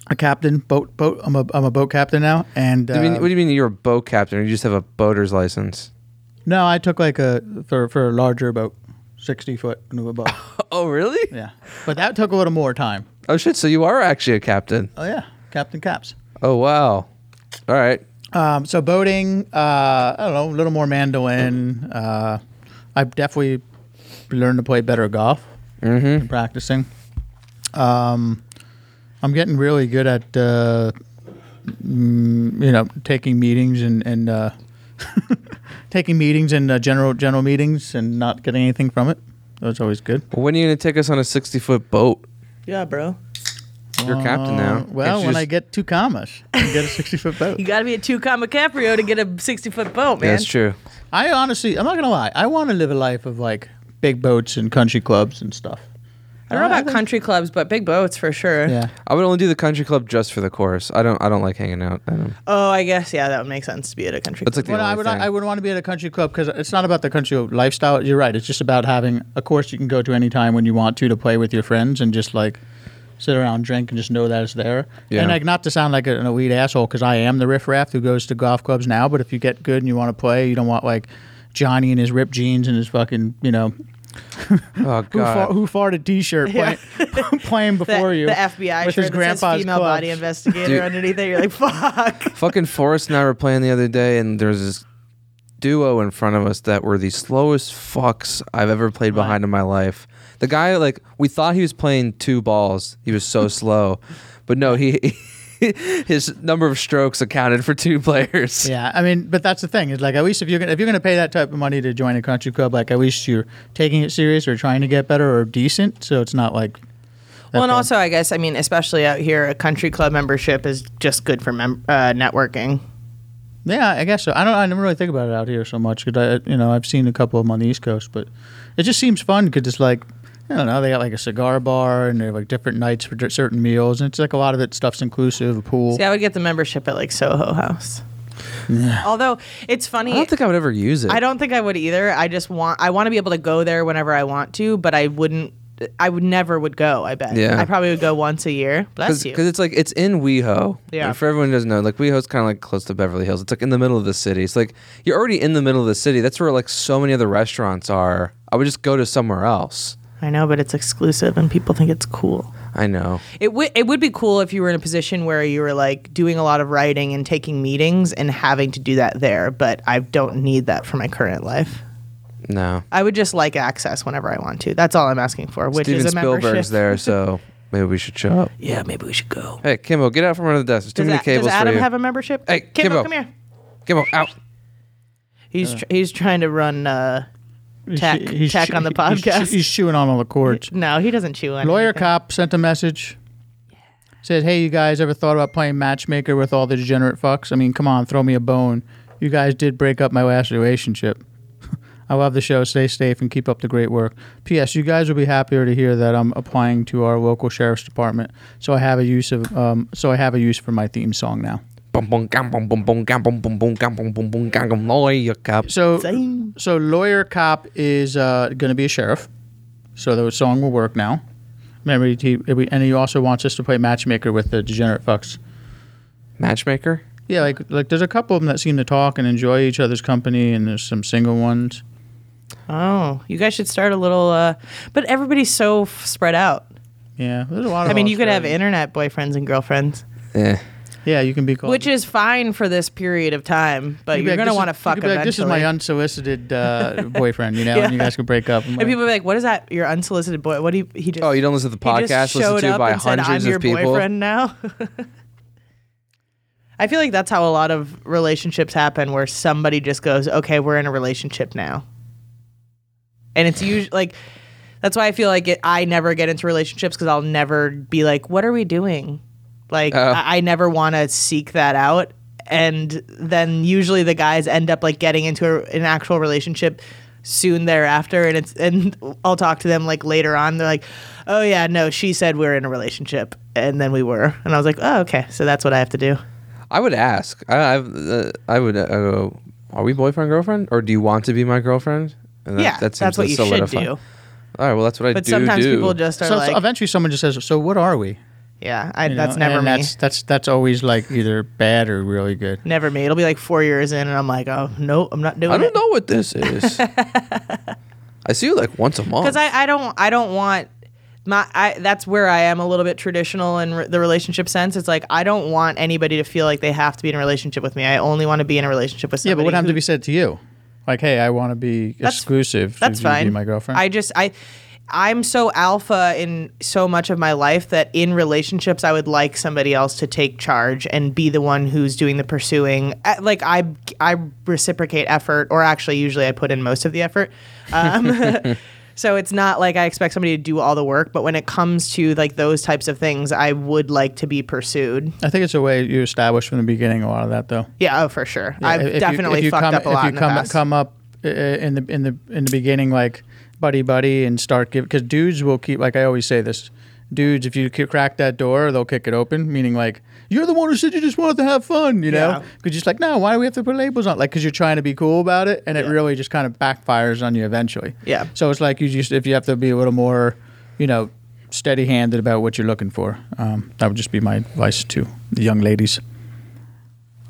A captain, boat boat. I'm a I'm a boat captain now, and uh,
I mean, what do you mean you're a boat captain? Or you just have a boater's license?
no, I took like a for for a larger boat, sixty foot and
[LAUGHS]
above.
Oh, really?
yeah, but that took a little more time.
Oh shit! So you are actually a captain.
Oh yeah, captain caps.
Oh wow. All right.
Um, so boating, uh, I don't know, a little more mandolin. Uh, I've definitely learned to play better golf. Mm-hmm. Practicing. Um, I'm getting really good at uh, mm, you know taking meetings and and uh, [LAUGHS] taking meetings and uh, general general meetings and not getting anything from it. That's always good.
Well, when are you gonna take us on a sixty foot boat?
yeah, bro.
You're captain now.
Uh, well,
Can't you
when I
just-
get two commas, I can get a 60 foot boat.
You got to be a two comma Caprio to get a 60 foot boat, man.
that's true.
I honestly, I'm not gonna lie. I want to live a life of like big boats and country clubs and stuff.
I don't know about country clubs, but big boats for sure.
Yeah,
I would only do the country club just for the chorus. I don't. I don't like hanging out. I don't.
Uh,
Oh, I guess yeah, that would make sense to be at a country
That's like
club.
the
but
only
I would
thing.
I would want to be at a country club because it's not about the country club lifestyle. You're right. It's just about having a course you can go to anytime when you want to to play with your friends and just like sit around, drink, and just know that it's there.
Yeah.
And like not to sound like an elite asshole because I am the riffraff who goes to golf clubs now. But if you get good and you want to play, you don't want like Johnny in his ripped jeans and his fucking you know
oh
who, far,
god.
who farted T-shirt playing, [LAUGHS] playing
[LAUGHS] The,
before you.
the FBI shirt that
with his
says
grandpa's
female
clubs.
body investigator
Dude.
underneath it. You're like, [LAUGHS] fuck.
Fucking Forrest and I were playing the other day, and there was this duo in front of us that were the slowest fucks I've ever played behind in my life. The guy, like, we thought he was playing two balls. He
[LAUGHS]
was so slow, but no, he his number of strokes accounted for two players.
Yeah, I mean, but that's the thing. Is like at least if you're gonna, if you're gonna pay that type of money to join a country club, like at least you're taking it serious or trying to get better or decent. So it's not like
Well, and
bad.
also, I guess I mean, especially out here, a country club membership is just good for mem- uh, networking.
yeah, I guess so. I don't. I never really think about it out here so much because I, you know, I've seen a couple of them on the East Coast, but it just seems fun because it's like. I don't know. They got like a cigar bar, and they have like different nights for di- certain meals, and it's like a lot of it stuff's inclusive, a pool.
See, I would get the membership at like Soho House. Although it's funny,
I don't think I would ever use it.
I don't think I would either. I just want I want to be able to go there whenever I want to, but I wouldn't. I would never would go. I bet.
Yeah.
I probably would go once a year. Bless you.
because it's like it's in WeHo.
Yeah.
And for everyone who doesn't know, like WeHo's kind of like close to Beverly Hills. It's like in the middle of the city. It's like you're already in the middle of the city. That's where like so many other restaurants are. I would just go to somewhere else.
I know, but it's exclusive and people think it's cool.
I know.
It would it would be cool if you were in a position where you were like doing a lot of writing and taking meetings and having to do that there, but I don't need that for my current life.
No.
I would just like access whenever I want to. That's all I'm asking for, which
Steven
is a
Spielberg's
membership.
there, so maybe we should show
[LAUGHS]
up.
Yeah, maybe we should go.
Hey, Kimbo, get out from under the desk. There's too
Does,
many
A-
cables
does
for
Adam
you.
have a membership?
Hey, Kimbo.
come here.
Kimbo, out.
He's tr- he's trying to run. Uh,
He's-
Tack-
he's-
tack on the
he's-
podcast.
he's chewing on all the cords.
no, he doesn't chew on
Lawyer
anything.
cop sent a message. Said, "Hey, you guys ever thought about playing matchmaker with all the degenerate fucks? I mean, come on, throw me a bone. You guys did break up my last relationship. [LAUGHS] I love the show. Stay safe and keep up the great work. P.S. You guys will be happier to hear that I'm applying to our local sheriff's department, so I have a use of um, so I have a use for my theme song now.
Boom, boom, gam, boom, boom, boom, gam, boom, boom, boom, gam, boom, boom, boom, gam, Oh, boom, lawyer cop.
So,
Zing.
so lawyer cop is uh, going to be a sheriff. So the song will work now. Remember, he, he- and he also wants us to play matchmaker with the degenerate fucks.
Matchmaker?
Yeah, like like there's a couple of them that seem to talk and enjoy each other's company, and there's some single ones.
Oh, you guys should start a little. Uh, but everybody's so f- spread out.
Yeah, there's
Oh,
a lot of.
I mean, you could have
Australian-
internet boyfriends and girlfriends,
Eh.
Yeah, you can be called.
which is fine for this period of time. But
you'd be
you're
like,
gonna
this is-
want to
you
fuck
could be
eventually.
like, This is my
[LAUGHS]
unsolicited uh, boyfriend, you know, and you guys could break up. I'm
and
like,
people be like, "What is that? Your unsolicited boy? What do you? He just
Oh, you don't listen to the
he just
podcast
showed
listened to
up
by
and said,
hundreds
I'm your
of people.
boyfriend now." [LAUGHS] I feel like that's how a lot of relationships happen, where somebody just goes, "Okay, we're in a relationship now," and it's usually like that's why I feel like it, I never get into relationships because I'll never be like, "What are we doing?" Like
Oh.
I, I never want to seek that out, and then usually the guys end up like getting into a, an actual relationship soon thereafter, and it's and I'll talk to them like later on. They're like, "Oh yeah, no, she said we are in a relationship, and then we were," and I was like, "Oh okay, so that's what I have to do."
I would ask. I I've, uh, I would. Uh, go, are we boyfriend girlfriend, or do you want to be my girlfriend? And
yeah,
that seems
that's what
to
you should
solidify-
do.
All right. Well, that's what I
But
do.
sometimes
do.
people just are
so, so
like,
eventually, someone just says, "So what are we?"
"Yeah, I,
You
that's
know,
never
and
me."
That's that's that's always like either bad or really good.
Never me. It'll be like four years in, and I'm like, oh no, I'm not doing
I
it.
don't know what
[LAUGHS]
this is. I see you like once a month.
because I, I don't I don't want my I that's where I am a little bit traditional in re- the relationship sense. It's like I don't want anybody to feel like they have to be in a relationship with me. I only want to be in a relationship with
Yeah,
somebody.
but what happened
who-
to be said to you? Like, hey, I want to be exclusive. Should
That's
you
fine.
Be my girlfriend.
I just I I'm so alpha in so much of my life that in relationships I would like somebody else to take charge and be the one who's doing the pursuing. Uh, Like I I reciprocate effort, or actually usually I put in most of the effort. Um, [LAUGHS] So it's not like I expect somebody to do all the work, but when it comes to like those types of things, I would like to be pursued.
I think it's a way you establish from the beginning a lot of that, though.
Yeah, oh for sure. I've
If you-
definitely
if you
fucked
come-
up a lot.
If
in
you
the
come
past.
come up uh, in the in the in the beginning, like buddy buddy, and start give because dudes will keep like I always say this. Dudes, if you ki- crack that door, they'll kick it open. Meaning, like you're the one who said you just wanted to have fun, you know?
Yeah.
Because you're just like, no, why do we have to put labels on? Like, because you're trying to be cool about it, and it really just kind of backfires on you eventually.
Yeah.
So it's like you just if you have to be a little more, you know, steady-handed about what you're looking for. Um, that would just be my advice to the young ladies.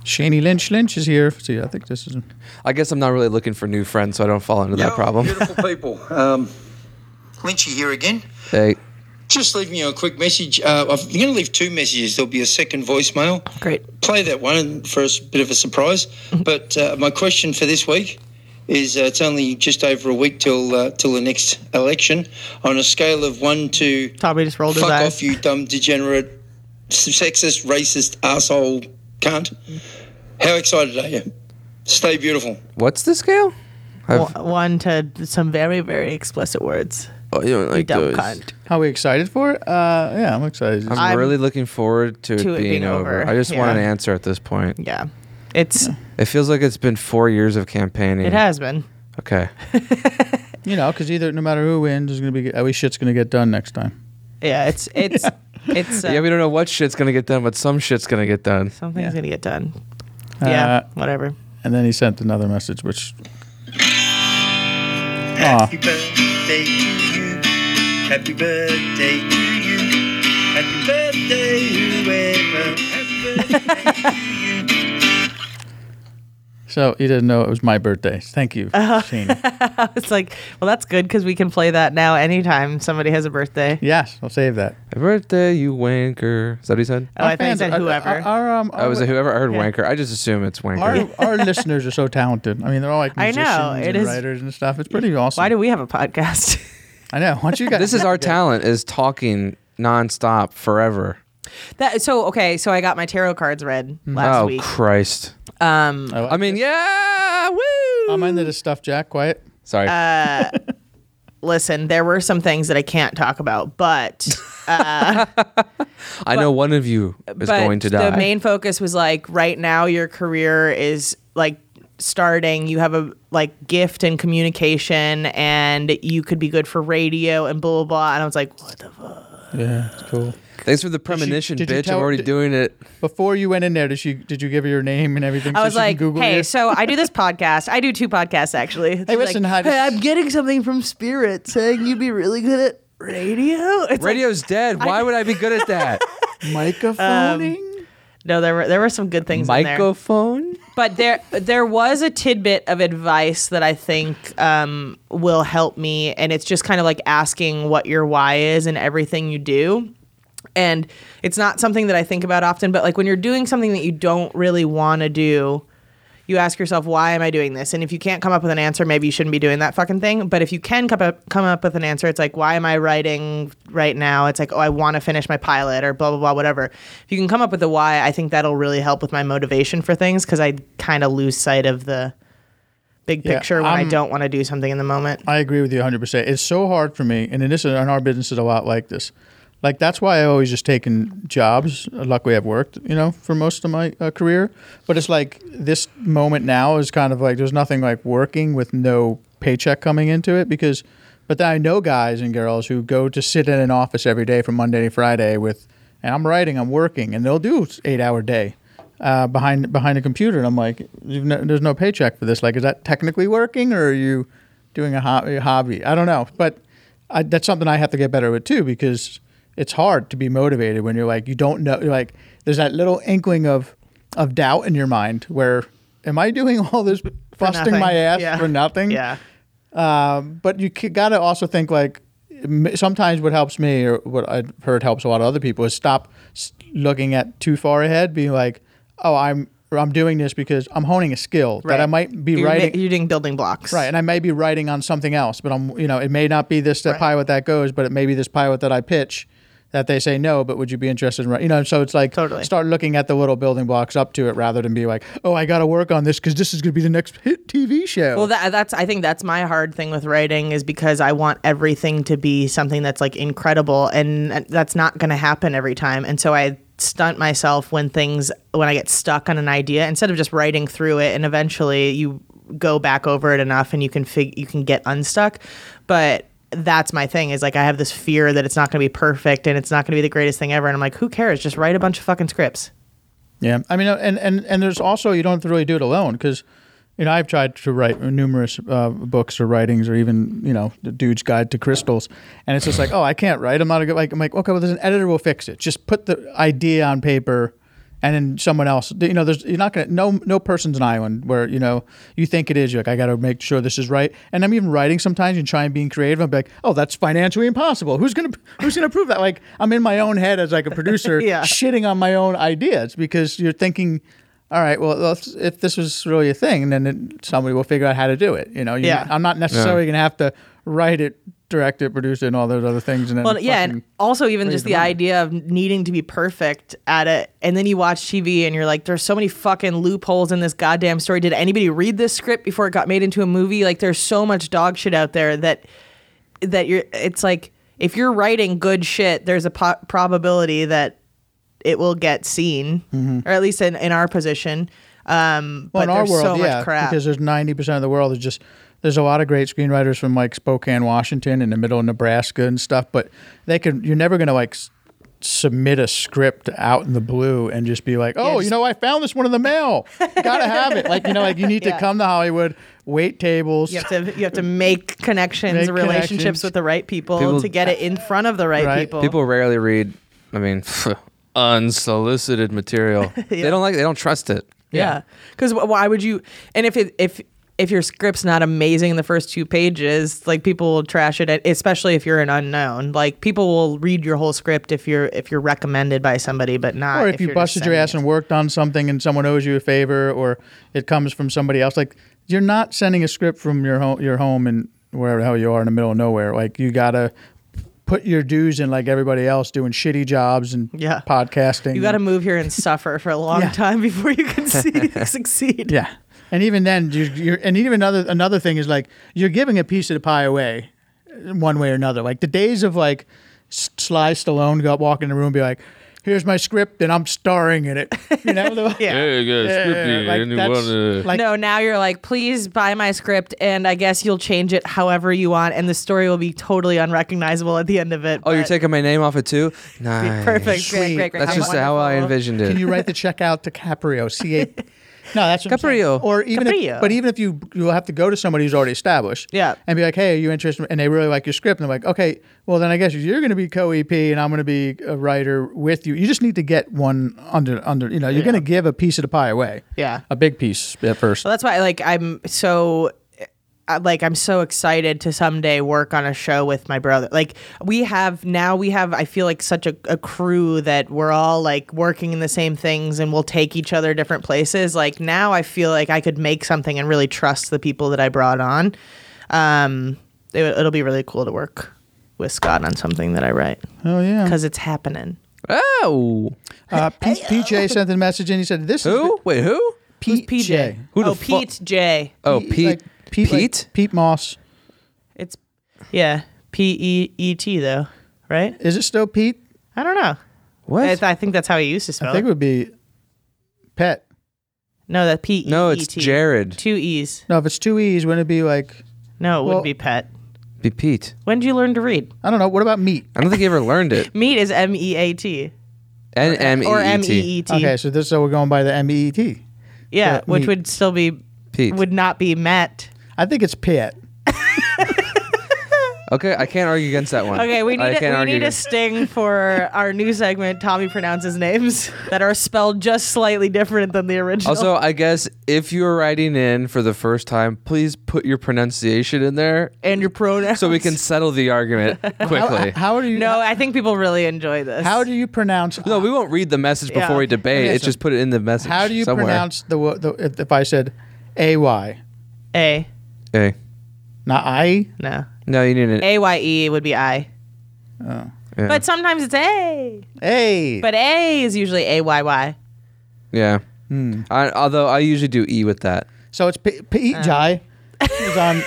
Shani Lynch Lynch is here. See, I think this is.
I guess I'm not really looking for new friends, so I don't fall into that
Yo,
problem.
Beautiful people. Um, Lynchy here again.
hey,
Just leaving you a quick message. Uh, I'm going to leave two messages. There'll be a second voicemail.
Great.
Play that one for a s- bit of a surprise. But uh, my question for this week is: uh, It's only just over a week till uh, till the next election. On a scale of one to
Tommy just rolled his
fuck
eyes.
off, you dumb degenerate, s- sexist, racist, asshole, cunt. How excited are you? Stay beautiful.
what's the scale?
Wa- one to some very very explicit words.
Oh, you don't like
Dumb
those.
cunt.
How we excited for it? Uh, yeah, I'm excited.
I'm,
I'm-
really looking forward to, it being, over. I just want
yeah.
an answer at this point.
Yeah, it's
It feels like it's been four years of campaigning.
it has been.
Okay.
you know, because either no matter who wins, there's gonna be at least shit's gonna get done next time.
Yeah,
[LAUGHS]
it's it's it's uh,
yeah, we don't know what shit's gonna get done, but some shit's gonna get done.
something's
Yeah.
gonna get done. Yeah,
Uh,
whatever. [LAUGHS]
and then he sent another message, which
Happy birthday to you. Happy birthday to you. Happy birthday, whoever. Happy birthday to you.
so he didn't know it was my birthday. Thank you,
Uh-huh.
Shane.
It's like, well, that's good because we can play that now anytime somebody has a birthday.
Yes, I'll save
[LAUGHS]
that.
Happy birthday, you wanker. Is that what he said?
Oh, I think it said
Our- uh,
whoever.
Our, our, um,
I
our,
was it whoever I heard wanker. I just assume it's wanker.
our, our listeners are so talented. I mean, they're all like
[LAUGHS] I
musicians
know, it
and
is-
writers and stuff. It's pretty awesome.
Why do we have a podcast? [LAUGHS]
I know? Once you guys, [LAUGHS]
this is our talent is talking nonstop forever.
that so okay. So I got my tarot cards read
Mm-hmm.
last
oh
week.
Christ.
Um, Uh,
I,
I mean, yeah, woo.
I'm into this stuff, Jack. Quiet.
Sorry.
listen, there were some things that I can't talk about,
[LAUGHS]
but
I know one of you is
but
going to die.
The main focus was like right now your career is like starting you have a like gift and communication and you could be good for radio and blah blah blah and i was like what the fuck
Yeah, it's cool.
Thanks for the premonition,
did you
bitch.
tell-
I'm already
did-
doing it.
Before you went in there, did she did you give her your name and everything?
i was
she can
like
Google
hey
you?
so i do this [LAUGHS] podcast i do two podcasts actually hey,
listen, hi,
like,
this-
hey i'm getting something from spirit saying you'd be really good at radio it's like,
Radio's dead. Why would I be good at
[LAUGHS]
that?
um,
microphoning.
no there were there were some good things in there.
Microphone?
but there there was a tidbit of advice that I think um, will help me, and it's just kind of like asking what your why is in everything you do. And it's not something that I think about often, but like when you're doing something that you don't really want to do, you ask yourself, why am I doing this? And if you can't come up with an answer, maybe you shouldn't be doing that fucking thing. But if you can come up, come up with an answer, it's like, why am I writing right now? It's like, oh, I want to finish my pilot or blah, blah, blah, whatever. If you can come up with the why, I think that'll really help with my motivation for things because I kind of lose sight of the big
Yeah,
picture when I
I'm-
don't want to do something in the moment.
I agree with you 100%. It's so hard for me, and in this in our business is a lot like this. Like that's why I always just taken jobs. Luckily, I've worked, you know, for most of my uh, career. But it's like this moment now is kind of like there's nothing like working with no paycheck coming into it because. But then I know guys and girls who go to sit in an office every day from Monday to Friday with, and I'm writing, I'm working, and they'll do eight hour day uh, behind behind a computer, and I'm like, you've no, there's no paycheck for this. Like, is that technically working, or are you doing a hobby? hobby? I don't know, but I, that's something I have to get better with too because it's hard to be motivated when you're like you don't know. You're like there's that little inkling of of doubt in your mind where am I doing all this busting
nothing.
my ass
Yeah.
for nothing?
Yeah.
Um, but you c- gotta also think like m- sometimes what helps me or what I've heard helps a lot of other people is stop s- looking at too far ahead, being like, oh, I'm I'm doing this because I'm honing a skill that I might be
You're ma-
writing.
You're doing building blocks.
Right, and I may be writing on something else, but I'm, you know, it may not be this that pilot that goes, but it may be this pilot that I pitch that they say no, but would you be interested in, run-" you know, so it's like
Totally.
start looking at the little building blocks up to it rather than be like, oh, I got to work on this because this is going to be the next hit TV show.
Well, that, that's I think that's my hard thing with writing is because I want everything to be something that's like incredible, and that's not going to happen every time. And so I stunt myself when things when I get stuck on an idea instead of just writing through it, and eventually you go back over it enough and you can fig- you can get unstuck. But that's my thing is like I have this fear that it's not going to be perfect and it's not going to be the greatest thing ever, and I'm like, who cares? Just write a bunch of fucking scripts.
Yeah, I mean, uh, and and and there's also you don't have to really do it alone because, you know, I've tried to write numerous uh, books or writings or even you know the Dude's Guide to Crystals, and it's just like, oh, I can't write. I'm not a good like. I'm like, okay, well, there's an editor will fix it. Just put the idea on paper, and then someone else. You know, there's you're not gonna no no person's an island where you know you think it is. You're like, I got to make sure this is right. And I'm even writing sometimes and try and being creative. I'm like, oh, that's financially impossible. Who's gonna who's gonna prove that? Like, I'm in my own head as like a
[LAUGHS]
producer
Yeah.
shitting on my own ideas because you're thinking, all right, well, if, if this was really a thing, then it, somebody will figure out how to do it. You know, you,
Yeah.
I'm not necessarily going to have to write it, direct it, produce it, and all those other things. And then
Well, yeah, and
fucking-
also even just the idea of needing to be perfect at it, and then you watch TV and you're like, "There's so many fucking loopholes in this goddamn story." Did anybody read this script before it got made into a movie? Like, there's so much dog shit out there that that you're. It's like if you're writing good shit, there's a po- probability that it will get seen, or at least in, in our position. Um,
Mm-hmm. well,
but
in our
there's
world,
so much
yeah,
crap.
because there's 90 percent of the world is just there's a lot of great screenwriters from like Spokane, Washington, in the middle of Nebraska and stuff, but they can. You're never going to like. s- Submit a script out in the blue and just be like, "Oh, you
just-
know, I found this one in the mail. Gotta have it." Like, you know, like
[LAUGHS]
you need to come to Hollywood, wait tables,
you have to you have to make connections,
[LAUGHS] Make
relationships
connections.
with the right people,
People-
to get it in front of the right,
Right.
people.
People rarely read. I mean, [LAUGHS]
[LAUGHS]
unsolicited material. They don't like. They don't trust it.
Yeah, because why would you? And if it if if your script's not amazing in the first two pages, like people will trash it, especially if you're an unknown. Like people will read your whole script if you're if you're recommended by somebody, but not.
or if, you
you're just
busted your
sending
ass
it.
and worked on something and someone owes you a favor or it comes from somebody else like you're not sending a script from your home your home and wherever the hell you are in the middle of nowhere like you gotta put your dues in like everybody else doing shitty jobs and
Yeah.
podcasting
you got to move here
[LAUGHS]
and suffer for a long
Yeah.
time before you can
[LAUGHS]
see, succeed.
yeah and even then you're, you're and even another another thing is like you're giving a piece of the pie away uh, one way or another like the days of like S- Sly Stallone go up walk in the room and be like here's my script and I'm starring in it
[LAUGHS]
you know
Hey, guys,
Yeah, like, that's-
uh,
like,
no, now you're like, please buy my script, and I guess you'll change it however you want, and the story will be totally unrecognizable at the end of it.
oh, you're
but-
taking my name off it too. Nice.
perfect.
Sweet.
Great, great, great.
That's just how I
wonderful.
envisioned it.
Can you write the check out to Caprio? C A. No, that's what I'm saying.
Caprio.
Or even, If,
Caprio.
but even if you you'll have to go to somebody who's already established.
Yeah.
And be like, hey, are you interested? And they really like your script, and they're like, okay, well then I guess you're going to be co EP, and I'm going to be a writer with you. You just need to get one under under. You know, you're going to give a piece of the pie away.
Yeah.
A big piece at first.
Well, that's why, like, I'm so, I- like, I'm so excited to someday work on a show with my brother. Like, we have now, we have, I feel like such a, a crew that we're all like working in the same things and we'll take each other different places. Like, now I feel like I could make something and really trust the people that I brought on. Um, it, it'll be really cool to work with Scott on something that I write
Oh yeah.
because it's happening.
oh,
Uh, P- PJ sent the message and he said, "This is
who? Wait, who?
Pete J.
Who
Who the
oh,
fu-
Pete J.
Oh,
Like,
Pete. Pete.
like, Pete Moss.
It's yeah, P E E T though, right?
Is it still Pete?
I don't know.
what?
I, th- I think that's how he used to spell
I think it
it.
would be Pet.
No, that P E E T.
no, it's Jared.
Two E's.
No, if it's two E's, wouldn't it be like
No, it
Well-
would be pet.
Be Pete.
When did you learn to read?
I don't know. What about meat?
I don't think he ever learned it.
Meat is M E A T
N M
[LAUGHS]
E
or
E
M E
T.
E T.
Okay, so this so we're going by the M E E T.
Yeah,
uh,
which
meat.
would still be
Pete.
would not be met.
I think it's Piet.
Okay, I can't argue against that one.
Okay, we
I
need
can't
a, we
argue
need a
against-
sting
[LAUGHS]
for our new segment. Tommy pronounces names that are spelled just slightly different than the original.
[LAUGHS] Also, I guess if you're writing in for the first time, please put your pronunciation in there
and your pronouns.
so
[LAUGHS]
we can settle the argument quickly.
[LAUGHS] How do you
No, I think people really enjoy this.
How do you pronounce?
No, we won't read the message before
Yeah.
we debate.
Okay,
It's
so-
just put it in the message.
how do you
somewhere.
pronounce the, wo- the if, if I said A Y,
A?
Hey.
not I?
No.
No, you need an
Oh.
A Y E would be I.
Yeah.
But sometimes it's A.
Hey.
But A is usually A Y Y.
yeah.
Hmm.
I, although I usually do E with that.
So it's P- P- Jai. is on.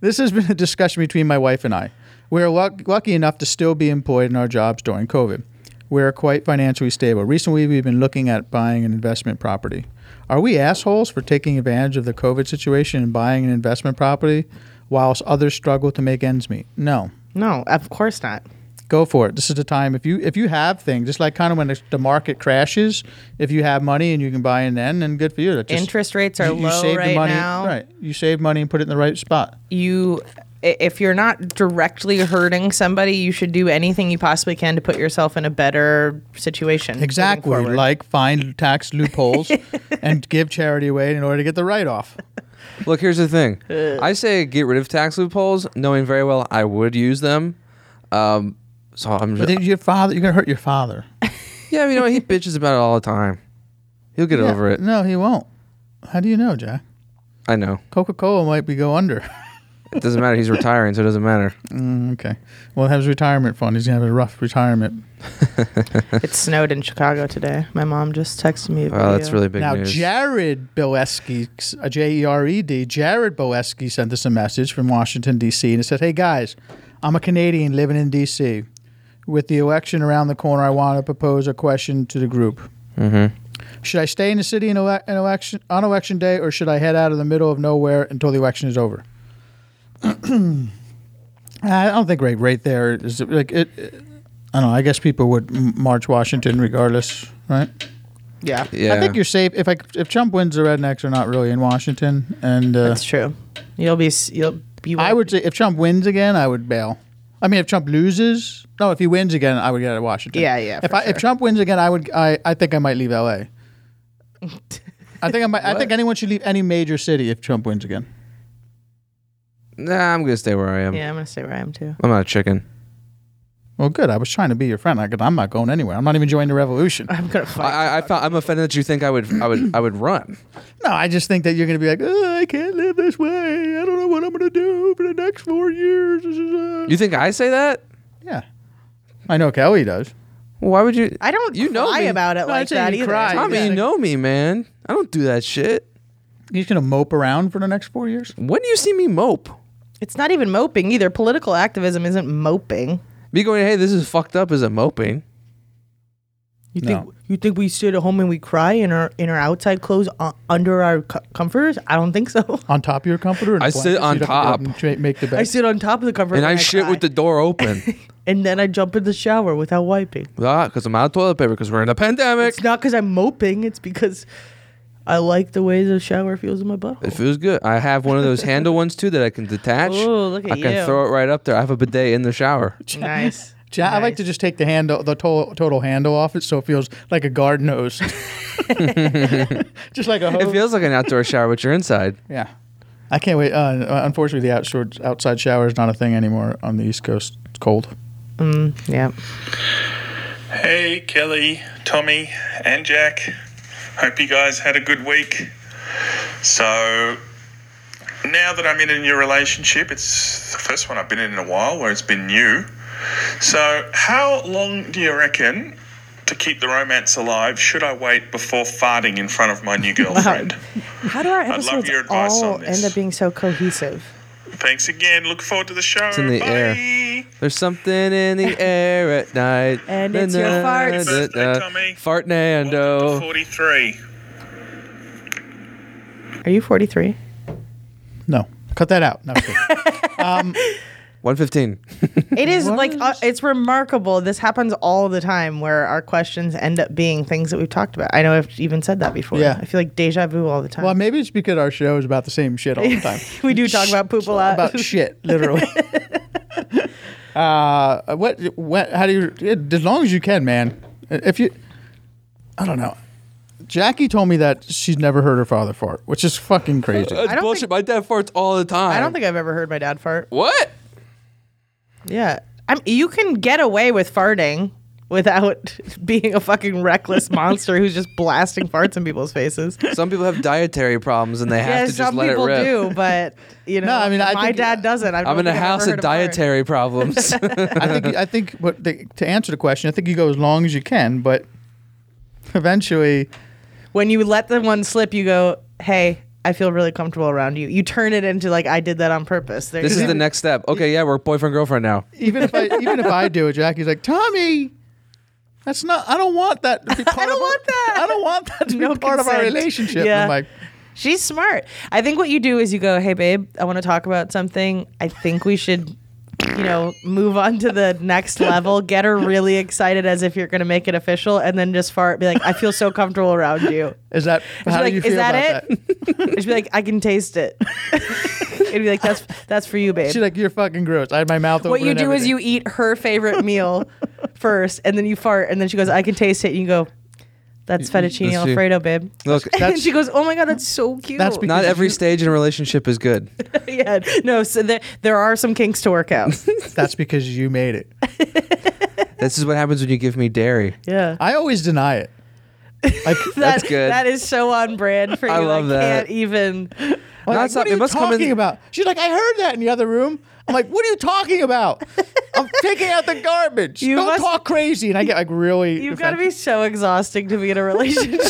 this has been a discussion between my wife and I. We are luck- lucky enough to still be employed in our jobs during COVID. We are quite financially stable. Recently, we've been looking at buying an investment property. Are we assholes for taking advantage of the COVID situation and buying an investment property whilst others struggle to make ends meet? No
No, of course not.
go for it. This is the time if you if you have things, just like kind of when the- the market crashes, if you have money and you can buy in then, then good for you. That just-
Interest rates are low right
money,
now.
Right, you save money and put it in the right spot.
You, i- if you're not directly hurting somebody, you should do anything you possibly can to put yourself in a better situation. moving
Exactly,
forward.
like find tax
[LAUGHS]
loopholes and give charity away in order to get the write off.
Look, here's the thing.
[LAUGHS] Uh.
I say get rid of tax loopholes, knowing very well I would use them. Um, so I'm
But
just,
then your father, you're gonna hurt your father.
yeah, you know what? He bitches about it all the time. He'll get over it.
No, he won't. How do you know, Jack?
I know.
Coca Cola might be go under. [LAUGHS]
It doesn't matter. He's retiring, so it doesn't matter.
okay. Well, have his retirement fund. He's gonna have a rough retirement.
It snowed in Chicago today. My mom just texted me. a
Wow, Uh, that's
video.
really big
now,
news.
Jared Boeski, uh, J E R E D, Jared Boeski sent us a message from Washington, D.C., and it said, Hey guys, I'm a Canadian living in D.C. With the election around the corner, I want to propose a question to the group. Mm-hmm. Should I stay in the city in ele- in election, on election day, or should I head out of the middle of nowhere until the election is over? [CLEARS THROAT] I don't think right, right there is like it. I don't know. I guess people would m- march Washington regardless, right?
yeah.
yeah.
I think you're safe if I if Trump wins, the rednecks are not really in Washington, and uh,
That's true. You'll be. s- You'll. You
I
won't-
would say if Trump wins again, I would bail. I mean, if Trump loses, no, if he wins again, I would get out of Washington.
Yeah, yeah,
If
for
I if
sure.
Trump wins again, I would I, I think I might leave L.A. I think I might. I think anyone should leave any major city if Trump wins again.
Nah, I'm gonna stay where I
[LAUGHS]
am.
Yeah, I'm gonna stay where I am too.
I'm not a chicken.
Well, good. I was trying to be your friend. I, I'm not going anywhere. I'm not even joining
[LAUGHS]
the revolution.
I'm gonna fight.
I, I, I felt, I'm offended that you think I would. I would. I would run.
No, I just think that you're going to be like, oh, I can't live this way. I don't know what I'm going to do for the next four years. [LAUGHS]
You think I say that?
Yeah, I know Kelly does.
Why would you?
I don't
You know
cry
me.
about it
I
like
say
that
you
either.
cry.
Tommy,
Yeah.
you know me, man. I don't do that shit.
He's gonna mope around for the next four years.
When do you see me mope?
It's not even moping either. Political activism isn't moping.
Me going, hey, this is fucked up. Is it moping?
You
No.
think you think we sit at home and we cry in our in our outside clothes uh, under our co- comforters? I don't think so. [LAUGHS]
On top of your comforter. And
I sit
blankets, you
on
don't have to
top.
tra- make the bed.
I sit on top of the comforter
and I, shit
cry.
with the door
[LAUGHS]
open.
and then I jump in the shower without wiping.
because I'm out of toilet paper because we're in a pandemic.
It's not because I'm moping. It's because I like the way the shower feels in my butt.
It feels good. I have one of those handle ones too that I can detach.
Ooh, look at
I can
you.
throw it right up there. I have a bidet in the shower. [LAUGHS]
Nice.
Ja- I like to just take the handle, the to- total handle off it, so it feels like a garden [LAUGHS]
[LAUGHS]
hose. just like a
It
hose.
feels like an outdoor shower, but you're inside.
yeah. I can't wait. Uh, unfortunately, the outdoor outside shower is not a thing anymore on the East Coast. It's cold.
Yeah.
Hey, Kelly, Tommy, and Jack. Hope you guys had a good week. So, now that I'm in a new relationship, it's the first one I've been in in a while where it's been new. So, how long do you reckon to keep the romance alive should I wait before farting in front of
[LAUGHS]
my new girlfriend?
How do our
love
episodes
your advice
all
on this.
end up being so cohesive?
Thanks again. Look forward to the show.
in the
Bye.
air. There's something
[LAUGHS]
in the air at night.
And it's your farts.
Birthday, Tommy. Welcome to
Fartnando.
43.
Are you 43?
No, cut that out. No, I'm kidding.
[LAUGHS]
[LAUGHS]
115.
It is like uh, it's remarkable. This happens all the time where our questions end up being things that we've talked about. I know I've even said that before.
Yeah.
I feel like deja vu all the time.
well, maybe it's because our show is about the same shit all the time.
[LAUGHS]
[LAUGHS] we do talk about poop a lot. [LAUGHS]
[LAUGHS] about shit, literally. uh, what? What? How do you? it- As long as you can, man. If you, I don't know. Jackie told me that she's never heard her father fart, which is fucking crazy.
That's
don't
bullshit. My dad farts all the time.
I don't think I've ever heard my dad fart.
What?
Yeah. I'm, you can get away with farting without [LAUGHS] being a fucking
[LAUGHS]
reckless monster who's just blasting farts in people's faces.
Some people [LAUGHS] have dietary problems and they have
yeah,
to just
some
let it
people
rip.
do, but you
[LAUGHS]
know,
No, I mean, I
my
think-
dad doesn't. I
I'm
don't
in a
think I've
house
ever
of
heard him fart. [LAUGHS]
dietary problems. [LAUGHS]
I think I think what the, to answer the question, I think you go as long as you can, but eventually,
When you let the one slip, you go, "Hey, I feel really comfortable around you." You turn it into like I did that on purpose. There
this
you
is
go.
the next step. Okay, yeah, we're boyfriend girlfriend now.
even if I even if I do it, Jackie's like Tommy. That's not. I don't want that.
[LAUGHS]
To be part I
don't
of our-
want that."
I don't want that to
No
be part of our
consent.
relationship. And
Yeah.
I'm like,
She's smart. I think what you do is you go, "Hey, babe, I want to talk about something. I think we should." You know, move on to the next level. Get her really excited as if you're going to make it official, and then just fart. Be like, "I feel so comfortable around you."
is that
She'd
how
be like,
do you feel
is that
about that?
it? She'd be like, I can taste it. [LAUGHS] It'd be like, that's that's for you, babe.
She's like, you're fucking gross. I had my mouth open.
what you
and
do is
everything.
you eat her favorite meal first, and then you fart, and then she goes, I can taste it. And you go, that's fettuccine
that's you.
alfredo, babe.
Look,
[LAUGHS] and she goes, "Oh my god, that's so cute."
That's because-
not every stage in a relationship is good.
[LAUGHS] yeah. No, so there, there are some kinks to work out.
[LAUGHS]
[LAUGHS]
That's because you made it.
This is what happens when you give
[LAUGHS]
me dairy.
Yeah,
I always deny it.
[LAUGHS]
Like,
That's good.
That is so on brand for you.
I love that.
Can't even.
I'm
Not
like,
some-
what are
it
you
must come
talking
in-
about? She's like, I heard that in the other room. I'm like, what are you
[LAUGHS]
talking about? I'm taking out the garbage.
You
Don't
must-
talk crazy. And I get like really.
You've got to be so exhausting to be in a relationship.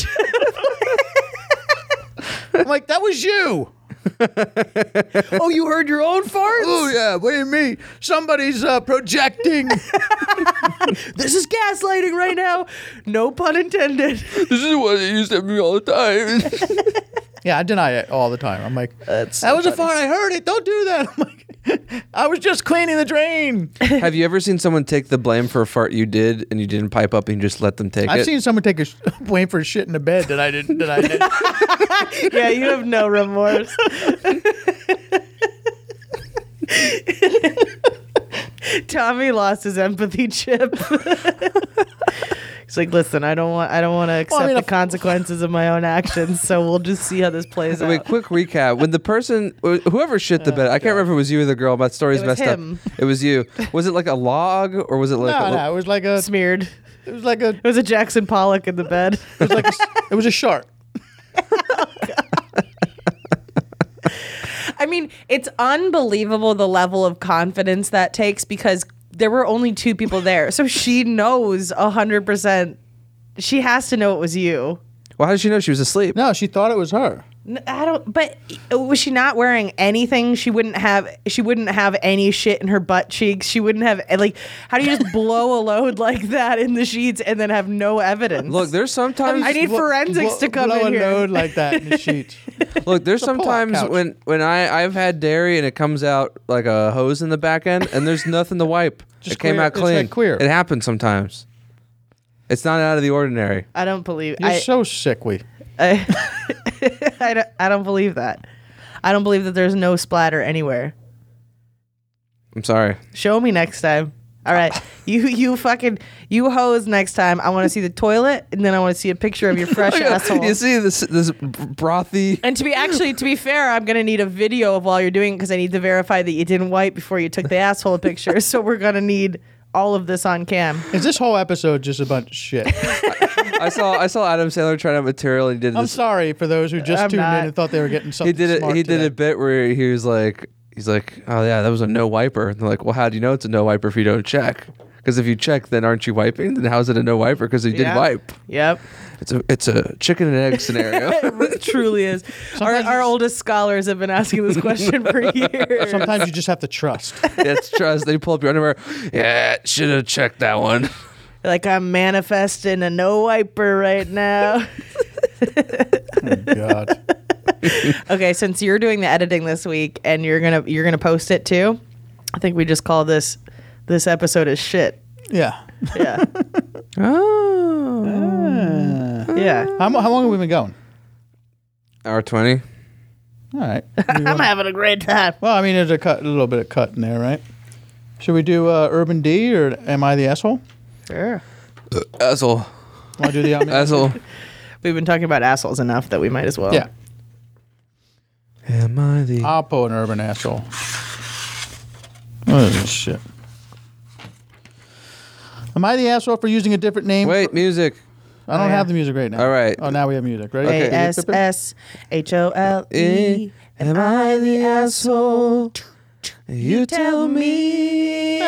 I'm like, that was you.
[LAUGHS] oh, you heard your own farts.
Oh yeah, what do you mean? Somebody's uh, projecting.
[LAUGHS] This is gaslighting right now. No pun intended.
This is what they used to me all the time.
[LAUGHS] yeah, I deny it all the time. I'm like, that was a fart. I heard it. Don't do that. [LAUGHS] I'm like, I was just cleaning the drain.
Have you ever seen someone take the blame for a fart you did and you didn't pipe up and you just let them take
I've
it?
seen someone take a sh- [LAUGHS] blame for shit in the bed that I didn't. That I
[LAUGHS]
did.
[LAUGHS]
yeah, you have no [LAUGHS] remorse. Tommy lost his empathy chip. He's like, listen, I don't want, I don't want to accept
I mean,
the
if-
consequences of my own actions. So we'll just see how this plays [LAUGHS]
So wait,
out.
quick recap. When the person, wh- whoever shit
Oh,
the bed, I can't remember if it was you or the girl. My story's
It was
messed
him.
up. It was you. Was it like a log or was it like
no,
a,
no, it was like a.
Smeared.
It was like a.
It was a Jackson Pollock in the bed.
It was like a. It was a shark.
[LAUGHS] I mean, it's unbelievable the level of confidence that takes because there were only two people there. So she knows 100%. She has to know it was you.
Well, how did she know she was asleep?
No, she thought it was her.
N- I don't. But was she not wearing anything? She wouldn't have. She wouldn't have any shit in her butt cheeks. She wouldn't have. eh, Like, how do you just blow a load like that in the sheets and then have no evidence?
Look, there's sometimes
I need
Blo-
forensics
blo-
to come in
blow a
here.
load like that
[LAUGHS]
in the sheets.
Look, there's
pull-out
sometimes
couch.
when when I I've had dairy and it comes out like a hose in the back end and there's nothing to wipe.
[LAUGHS] Just
it came
clear-
out
it's like
clean.
clear.
It happens sometimes. It's not out of the ordinary.
I don't believe.
You're
I,
so sick, we.
[LAUGHS] I, don't, I don't believe that. I don't believe that there's no splatter anywhere.
I'm sorry.
Show me next time. All right, you you fucking you hose next time. I want to see the toilet, and then I want to see a picture of your fresh asshole.
[LAUGHS] You see this this brothy.
And to be actually, to be fair, I'm gonna need a video of while you're doing it because I need to verify that you didn't wipe before you took the asshole picture. So we're gonna need all of this on cam.
Is this whole episode just a bunch of shit?
I saw I saw Adam Sandler trying out material and he did
I'm
this.
sorry for those who just
I'm
tuned
not.
in and thought they were getting something.
He did it.
smart
He did
today.
a bit where he was like, he's like, oh yeah, that was a no wiper. And they're like, well, how do you know it's a no wiper if you don't check? Because if you check, then aren't you wiping? Then how is it a no wiper? Because you did
Yeah.
wipe.
Yep,
It's a it's a chicken and egg
[LAUGHS]
scenario. [LAUGHS]
it truly is. Our, our oldest scholars have been asking this question for years.
Sometimes you just have to
[LAUGHS]
trust.
That's trust. They pull up your underwear. Yeah, should have checked that one.
Like I'm manifesting a no wiper right now.
Oh, God.
okay, since you're doing the editing this week and you're gonna you're gonna post it too, I think we just call this this episode is shit.
Yeah.
Yeah, Ah.
Oh.
yeah.
How, mo- how long have we been going?
Hour twenty.
All right.
I'm having a great time.
[LAUGHS] Well, I mean, there's a cut, a little bit of cut in there, right? Should we do uh, Urban D or Am I the Asshole?
Sure.
Asshole.
Want to do the Am I the
[LAUGHS] Asshole.
We've been talking about assholes enough that we might as well.
Yeah.
Am I the?
I'll pull an Urban Asshole. What is this shit? Am I the asshole for using a different name?
Wait, music.
I don't have the music right now.
All right.
Oh, now we have music. Ready?
A S S H O L E. Am I the asshole?
You tell [LAUGHS] me.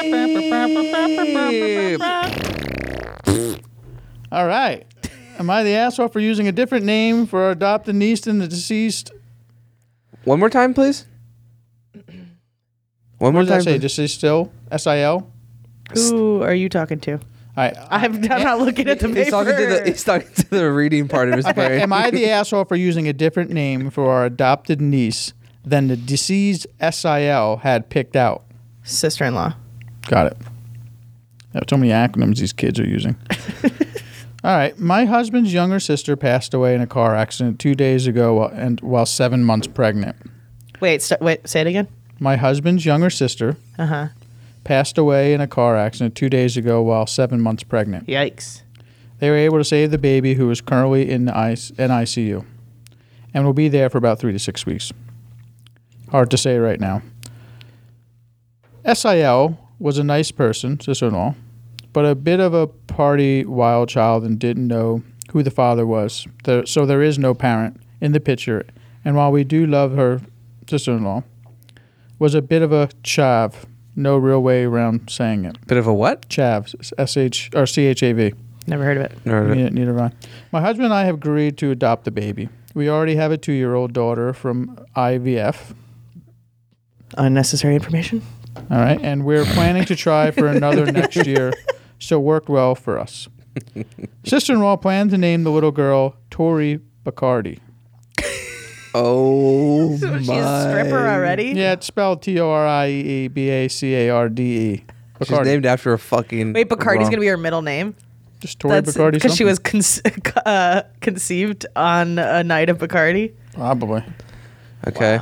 All right. Am I the asshole for using a different name for our adopted niece than the deceased?
One more time, [CLEARS THROAT] please. One more
What did I
time.
say?
please.
Deceased still? S I L? All
Who are you talking to?
right.
I'm, I'm not looking at the paper.
He's talking to the he's talking to the reading part of his brain.
Am I [LAUGHS] the asshole for using a different name for our adopted niece than the deceased SIL had picked out?
Sister-in-law.
Got it. That's how many acronyms these kids are using. [LAUGHS] All right. My husband's younger sister passed away in a car accident two days ago while, and while seven months pregnant.
Wait, st- wait. Say it again.
My husband's younger sister
Uh huh.
passed away in a car accident two days ago while seven months pregnant.
Yikes.
They were able to save the baby who is currently in the IC- NICU and will be there for about three to six weeks. Hard to say right now. SIL was a nice person, sister in law, but a bit of a party wild child and didn't know who the father was. There, so there is no parent in the picture. And while we do love her sister in law, was a bit of a chav. No real way around saying it.
Bit of a what?
Chav, S H or C H A V.
Never heard of it.
Or-
Yeah, neither have I. My husband and I have agreed to adopt the baby. We already have a two year old daughter from IVF.
Unnecessary information.
All right. And we're planning to try for another next year. So it worked well for
[LAUGHS]
us. Sister in law planned to name the little girl Tori Bacardi.
Oh
[LAUGHS] She's a stripper already.
Yeah, it's spelled T O R I E B A C A R D E.
She's
Bacardi.
named after a fucking.
Wait, Bacardi's
wrong-
gonna be her middle name.
Just Tori Bacardi.
because she
something?
was con- [LAUGHS] uh, conceived on a night of Bacardi.
Probably.
Okay.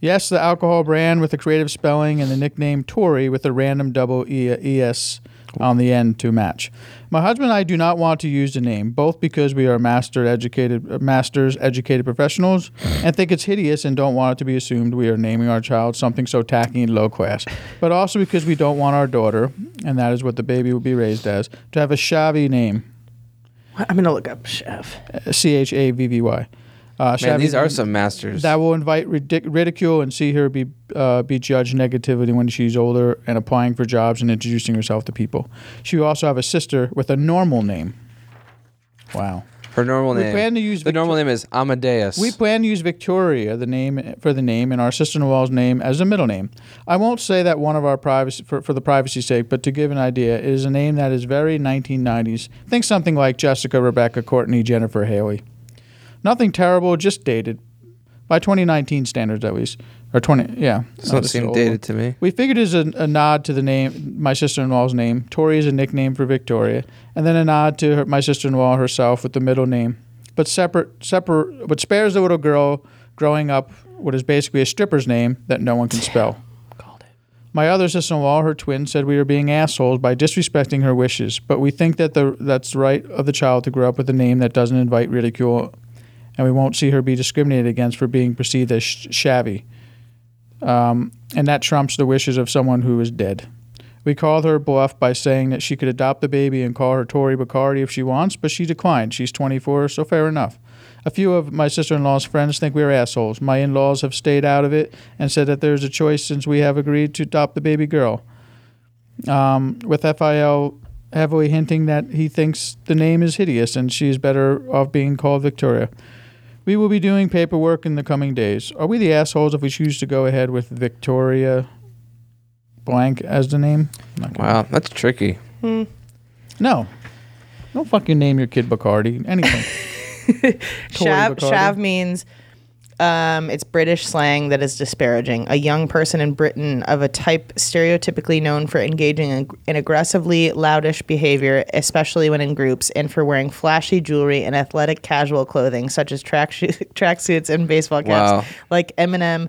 Yes, the alcohol brand with the creative spelling and the nickname Tory with a random double e- ES on the end to match. My husband and I do not want to use the name, both because we are master educated, uh, masters educated professionals and think it's hideous and don't want it to be assumed we are naming our child something so tacky and low class, but also because we don't want our daughter, and that is what the baby will be raised as, to have a shabby name.
What? I'm gonna look up chef.
C H A V V Y. Uh,
Man,
shabby
these are
name-
some masters.
that will invite ridic- ridicule and see her be uh, be judged negatively when she's older and applying for jobs and introducing herself to people. She will also have a sister with a normal name. Wow.
Her normal
We
name.
plan to use
the normal
Victor-
name is Amadeus.
We plan to use Victoria the name for the name and our sister-in-law's name as a middle name. I won't say that one of our privacy for, for the privacy's sake, but to give an idea, it is a name that is very 1990s. Think something like Jessica, Rebecca, Courtney, Jennifer, Haley. Nothing terrible, just dated by 2019 standards at least, or 20. Yeah,
Does not
this is
seem
old.
dated to me.
We figured it's a, a nod to the name, my sister-in-law's name. Tori is a nickname for Victoria, and then a nod to her, my sister-in-law herself with the middle name, but separate, separate, but spares the little girl growing up what is basically a stripper's name that no one can spell. My other sister-in-law, her twin, said we are being assholes by disrespecting her wishes, but we think that the that's right of the child to grow up with a name that doesn't invite ridicule, and we won't see her be discriminated against for being perceived as sh- shabby and that trumps the wishes of someone who is dead. We called her bluff by saying that she could adopt the baby and call her Tori Bacardi if she wants, but she declined. She's 24, so fair enough. A few of my sister in law's friends think we're assholes. My in laws have stayed out of it and said that there's a choice since we have agreed to adopt the baby girl. Um, with FIL heavily hinting that he thinks the name is hideous and she is better off being called Victoria. We will be doing paperwork in the coming days. Are we the assholes if we choose to go ahead with Victoria blank as the name?
Wow, that's tricky.
No. Don't fucking name your kid Bacardi. Anything.
[LAUGHS]
Tory
Shav,
Bacardi.
shav means um, it's British slang that is disparaging. A young person in Britain of a type stereotypically known for engaging in, in aggressively loudish behavior, especially when in groups, and for wearing flashy jewelry and athletic casual clothing, such as track sho- [LAUGHS] tracksuits and baseball caps.
Wow.
Like Eminem,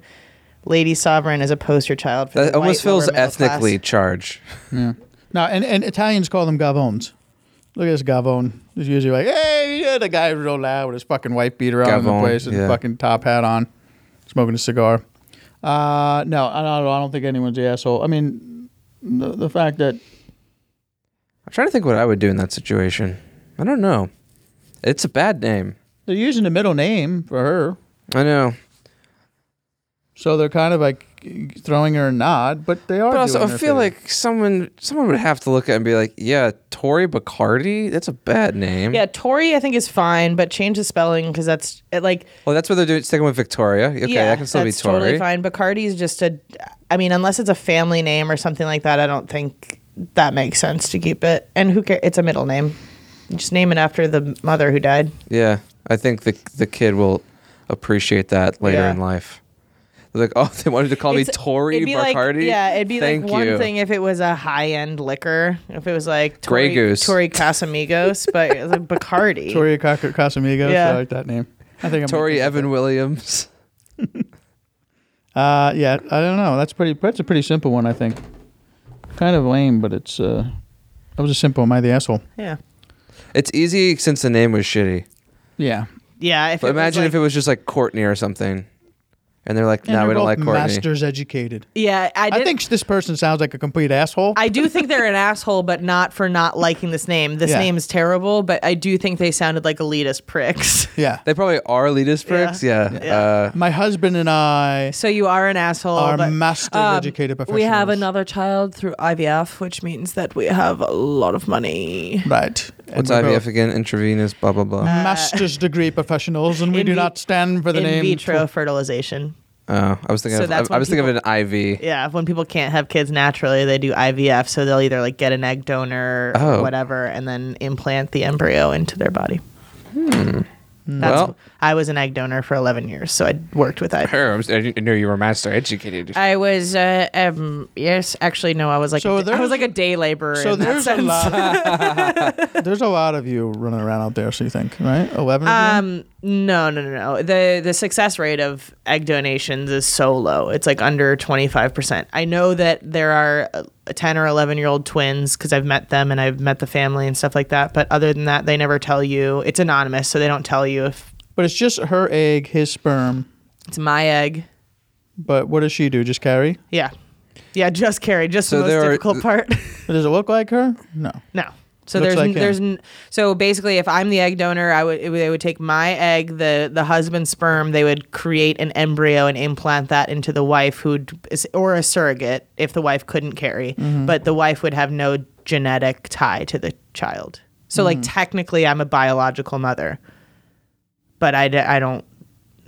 Lady Sovereign is a poster child for
That
the
almost
white lower
feels
middle class.
ethnically charged.
no, and, and Italians call them Gavones. Look at this Gavone. He's usually like, hey, yeah, the guy real loud with his fucking wife beater on in the
Gavone,
place and
yeah.
fucking top hat on, smoking a cigar. Uh, no, I don't, I don't think anyone's the asshole. I mean, the, the fact that
I'm trying to think what I would do in that situation. I don't know. It's a bad name.
They're using the middle name for her,
I know.
so they're kind of like throwing her a nod, but they are.
But also, I
doing her
feel
favor.
like someone someone would have to look at it and be like, "Yeah, Tori Bacardi. That's a bad name."
Yeah, Tori I think is fine, but change the spelling because that's it, like
Well, that's what they're doing. Sticking with Victoria. Okay,
yeah,
that can still be
that's
Tori.
totally fine. Bacardi is just a, I mean, unless it's a family name or something like that, I don't think that makes sense to keep it. And who cares? It's a middle name. Just name it after the mother who died.
Yeah, I think the the kid will appreciate that later
Yeah.
in life. They're like, oh, [LAUGHS] they wanted to call me
It's-
Tori
it'd be like-
Bacardi.
yeah, it'd be
Thank
like one
you.
thing if it was a high end liquor. If it was like
Grey
Tory-
Goose.
Tory Casamigos, but it was like Bacardi.
Victoria Cas- Casamigos.
Yeah.
I like that name. I think I'm
Tori Evan Williams. [LAUGHS]
Uh, yeah, I don't know. That's pretty. That's a pretty simple one, I think. Kind of lame, but it's. Uh, that was a simple. Am I the asshole?
Yeah,
It's easy since the name was shitty.
Yeah.
yeah. If
But
it
imagine
was
if it was just like Courtney or something, and they're like, no, we don't like Courtney.
Masters educated.
yeah, I,
I
did,
think this person sounds like a complete asshole.
I do think they're an asshole, but not for not liking this name. This
Yeah.
name is terrible, but I do think they sounded like elitist pricks.
yeah.
They probably are elitist pricks. Yeah. Uh,
My husband and I.
So you are an asshole.
Are
but, um,
masters educated
We have
professionals.
another child through IVF, which means that we have a lot of money.
Right. And
what's
we're
IVF
both
again? Intravenous. Blah blah blah.
Uh, Master's degree professionals, and we
in
do
vi-
not stand for the
in
name.
vitro fertilization.
oh, I was thinking.
So
of, I,
that's
I
when
was thinking of an IV.
Yeah, when people can't have kids naturally, they do IVF. So they'll either like get an egg donor or
Oh.
whatever, and then implant the embryo into their body. Hmm. That's,
Well-
I was an egg donor for 11 years, so I worked with IVF.
Her, I was- I didn't- I knew you were master educated.
I was, uh, um, yes, actually, no, I was like,
So
a, da- I
there's-
was like a day laborer.
So
in that
there's a
sense. [LAUGHS]
lot. there's a lot of you running around out there. So you think, right? Eleven. of you?
Um, no, no, no, no. The the success rate of egg donations is so low. It's like under 25%. I know that there are uh, 10 or 11 year old twins because I've met them and I've met the family and stuff like that. But other than that, they never tell you. It's anonymous, so they don't tell you if
But it's just her egg, his sperm.
it's my egg.
But what does she do? Just carry?
Yeah. Yeah, just carry. Just
So
the
there
most
are-
difficult part. [LAUGHS]
Does it look like her? No.
No. So
Looks
there's
like
n there's
him.
n so basically if I'm the egg donor I would it would- they would take my egg the the husband's sperm they would create an embryo and implant that into the wife who or a surrogate if the wife couldn't carry
Mm-hmm.
but the wife would have no genetic tie to the child so
Mm.
like technically I'm a biological mother but I, d- I don't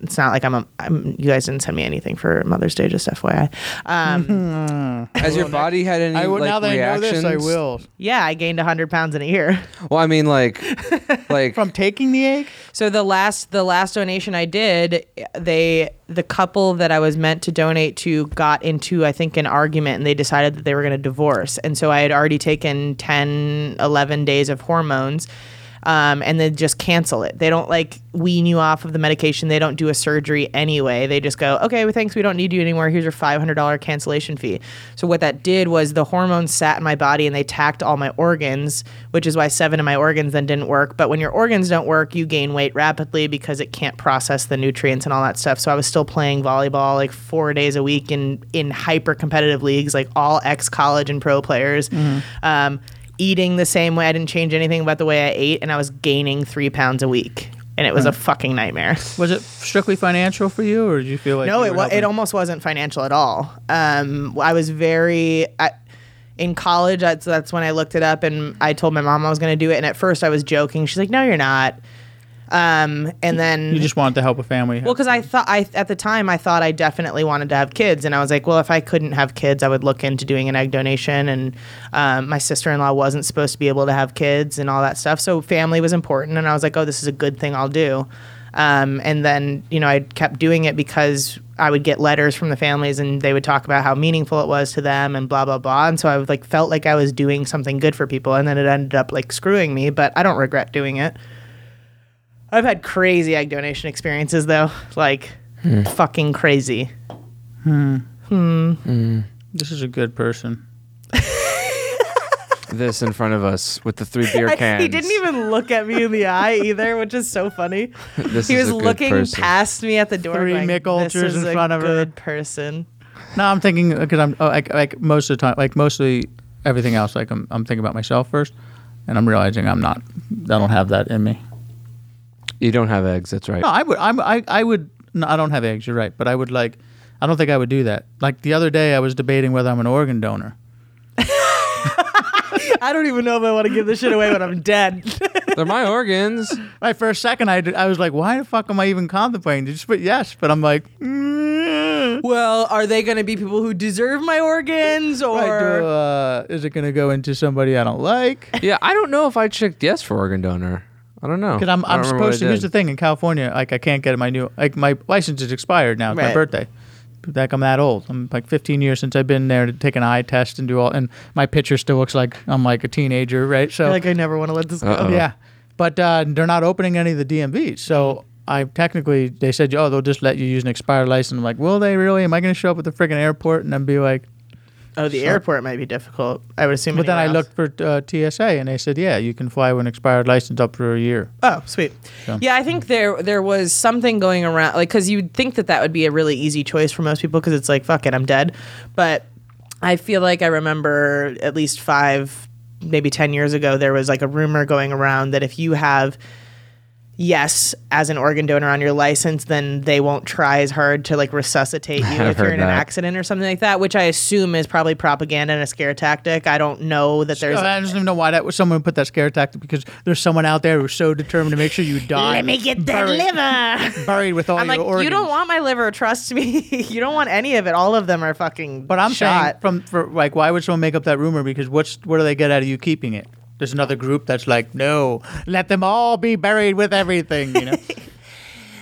it's not like I'm a I'm, you guys didn't send me anything for Mother's Day just FYI um,
Has your body had any
I will,
like
now that
reactions?
I know this, I will.
yeah I gained hundred pounds in a year. [LAUGHS]
Well, I
[LAUGHS]
mean, like, like
From taking the egg?
So the last the last donation I did, they the couple that I was meant to donate to got into I think an argument and they decided that they were going to divorce. And so I had already taken 10 11 days of hormones. Um, and then just cancel it. They don't like wean you off of the medication. They don't do a surgery anyway. They just go, okay, well, thanks. We don't need you anymore. Here's your $500 cancellation fee. So, what that did was the hormones sat in my body and they tacked all my organs, which is why seven of my organs then didn't work. But when your organs don't work, you gain weight rapidly because it can't process the nutrients and all that stuff. So, I was still playing volleyball like four days a week in, in hyper competitive leagues, like all ex college and pro players. Um, eating the same way. I didn't change anything about the way I ate, and I was gaining three pounds a week. And it was a fucking nightmare.
Was it strictly financial for you, or did you feel like
No,
you
it
were
was. It
helping?
almost wasn't financial at all. Um, I was very. I, in college, that's that's when I looked it up, and I told my mom I was going to do it. And at first, I was joking. She's like, "No, you're not." Um, and then
You just wanted to help a family.
well, because I thought I at the time I thought I definitely wanted to have kids, and I was like, well, if I couldn't have kids, I would look into doing an egg donation. And um, my sister in law wasn't supposed to be able to have kids and all that stuff, so family was important. And I was like, oh, this is a good thing I'll do. Um, and then you know I kept doing it because I would get letters from the families, and they would talk about how meaningful it was to them, and blah blah blah. And so I would, like felt like I was doing something good for people, and then it ended up like screwing me, but I don't regret doing it. I've had crazy egg donation experiences though, like
Hmm.
fucking crazy.
this is a good person.
this in front of us with
[LAUGHS]
the three beer
I-
cans.
he didn't even look at me in the eye either, which is so funny.
[LAUGHS] This
he
is
was
a good
looking
person.
past me at the door.
Three
going,
Mick
this
Ultras
is
in
a
front of her.
good person.
No, I'm thinking because I'm oh, like like most of the time, like mostly everything else. Like I'm, I'm thinking about myself first. and I'm realizing I'm not. I don't have that in me.
You don't have eggs. That's right.
No, I would. I'm, I I would. No, I don't have eggs. You're right, but I would like. I don't think I would do that. Like the other day, I was debating whether I'm an organ donor.
[LAUGHS] I don't even know if I want to give this shit away when I'm dead.
They're my
[LAUGHS]
organs.
My first second, I, did- I was like, why the fuck am I even contemplating? Just put yes, but I'm like, mm.
[LAUGHS] well, are they going to be people who deserve my organs or
Right, do, uh, is it gonna go into somebody I don't like?
Yeah, I don't know if I checked yes for organ donor. I don't know.
Because I'm,
I
I'm
don't remember what I
supposed to. Here's
did.
the thing: in California, like I can't get my new like my license is expired now. It's my
Right.
birthday. Like I'm that old. I'm like 15 years since I've been there to take an eye test and do all. And my picture still looks like I'm like a teenager, right? So
You're like I never want to let this
Uh-oh.
go.
yeah, but uh, they're not opening any of the DMVs. So I technically they said, oh, they'll just let you use an expired license. I'm like, will they really? Am I going to show up at the freaking airport and then be like?
Oh, the airport might be difficult. I would assume.
But then I
anywhere else.
looked for uh, TSA and they said, yeah, you can fly with an expired license up for a year.
Oh, sweet. Yeah, I think there there was something going around, like because you'd think that that would be a really easy choice for most people because it's like fuck it, I'm dead. But I feel like I remember at least five, maybe ten years ago, there was like a rumor going around that if you have yes as an organ donor on your license, then they won't try as hard to like
[LAUGHS]
resuscitate you if you're
heard
in an
that.
accident or something like that, which I assume is probably propaganda and a scare tactic. I don't know that there's.
Oh, I just don't even know why that was someone put that scare tactic because there's someone out there who's so determined to make sure you die. Let me get that
[LAUGHS]
liver buried with all
I'm
your
like,
organs.
you don't want my liver. Trust me, [LAUGHS] you don't want any of it. All of them are fucking.
But I'm saying,
shot.
from for, like, why would someone make up that rumor? Because what's what do they get out of you keeping it? There's another group that's like, no, let them all be buried with everything.
[LAUGHS]
You know,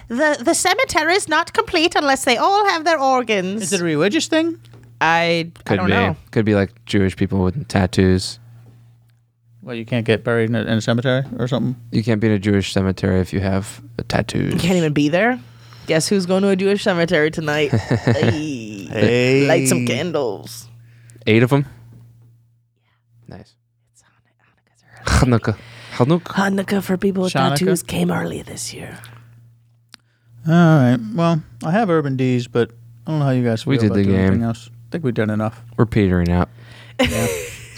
the the cemetery is not complete unless they all have their organs.
is it a religious thing?
I I
Could
don't
be.
know.
Could be like Jewish people with tattoos.
Well, you can't get buried in a, in a cemetery or something.
You can't be in a Jewish cemetery if you have a tattoo.
[LAUGHS]
Can't even be there. Guess who's going to a Jewish cemetery
[LAUGHS]
tonight? Hey, Light some candles.
Eight of them. Nice. [LAUGHS] Hanukkah. Hanukkah.
Hanukkah for people with
Chanukah?
tattoos came early this year.
All right. Well, I have Urban D's, but I don't know how you guys feel
We did
about
the
doing
game.
anything else. I think we've done enough.
We're petering out.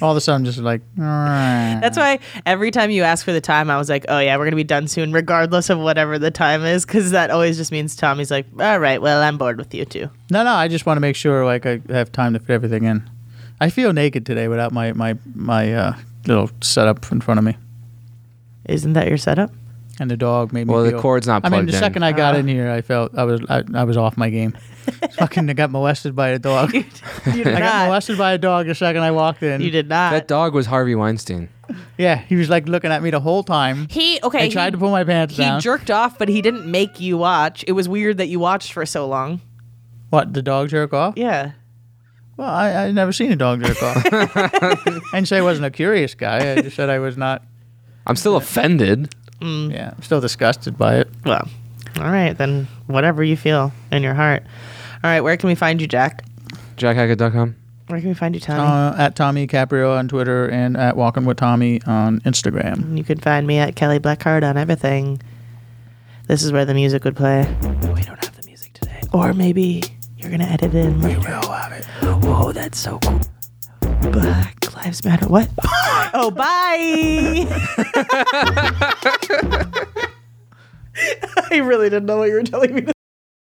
All of a sudden, I'm just like, all right.
That's why every time you ask for the time, I was like, "Oh yeah, we're gonna be done soon, regardless of whatever the time is," because that always just means Tommy's like, "All right, well, I'm bored with you too."
No, no, I just want to make sure like I have time to fit everything in. I feel naked today without my my my uh, little setup in front of me,
Isn't that your setup?
and the dog made me.
Well, the
feel-
cord's not
I mean,
plugged
the
in.
second I
Ah.
got in here, I felt I was I, I was off
[LAUGHS]
my game. Fucking I got molested by a dog. [LAUGHS] I
You did
got
not.
molested by a dog the second I walked in.
You did not.
That dog was Harvey Weinstein.
Yeah, he was like looking at me the whole time.
he okay.
I tried
he,
to pull my pants
He
down.
jerked off, but he didn't make you watch. It was weird that you watched for so long.
what the dog jerk off?
Yeah.
Well, I I never seen a dog jerk off. I didn't say I wasn't a curious guy. I just said I was not.
I'm still offended.
Yeah, I'm still disgusted by it.
Well, all right then. Whatever you feel in your heart. All right. Where can we find you, Jack?
JackHackett.com.
Where can we find you, Tommy?
uh, at Tommy Caprio on Twitter and at Walking with Tommy on Instagram.
you can find me at Kelly Blackheart on everything. This is where the music would play. We don't have the music today. Or maybe you're gonna edit it in. We will have it. Whoa, that's so cool. Black Lives Matter. What? oh, [LAUGHS] bye. I really didn't know what you were telling me.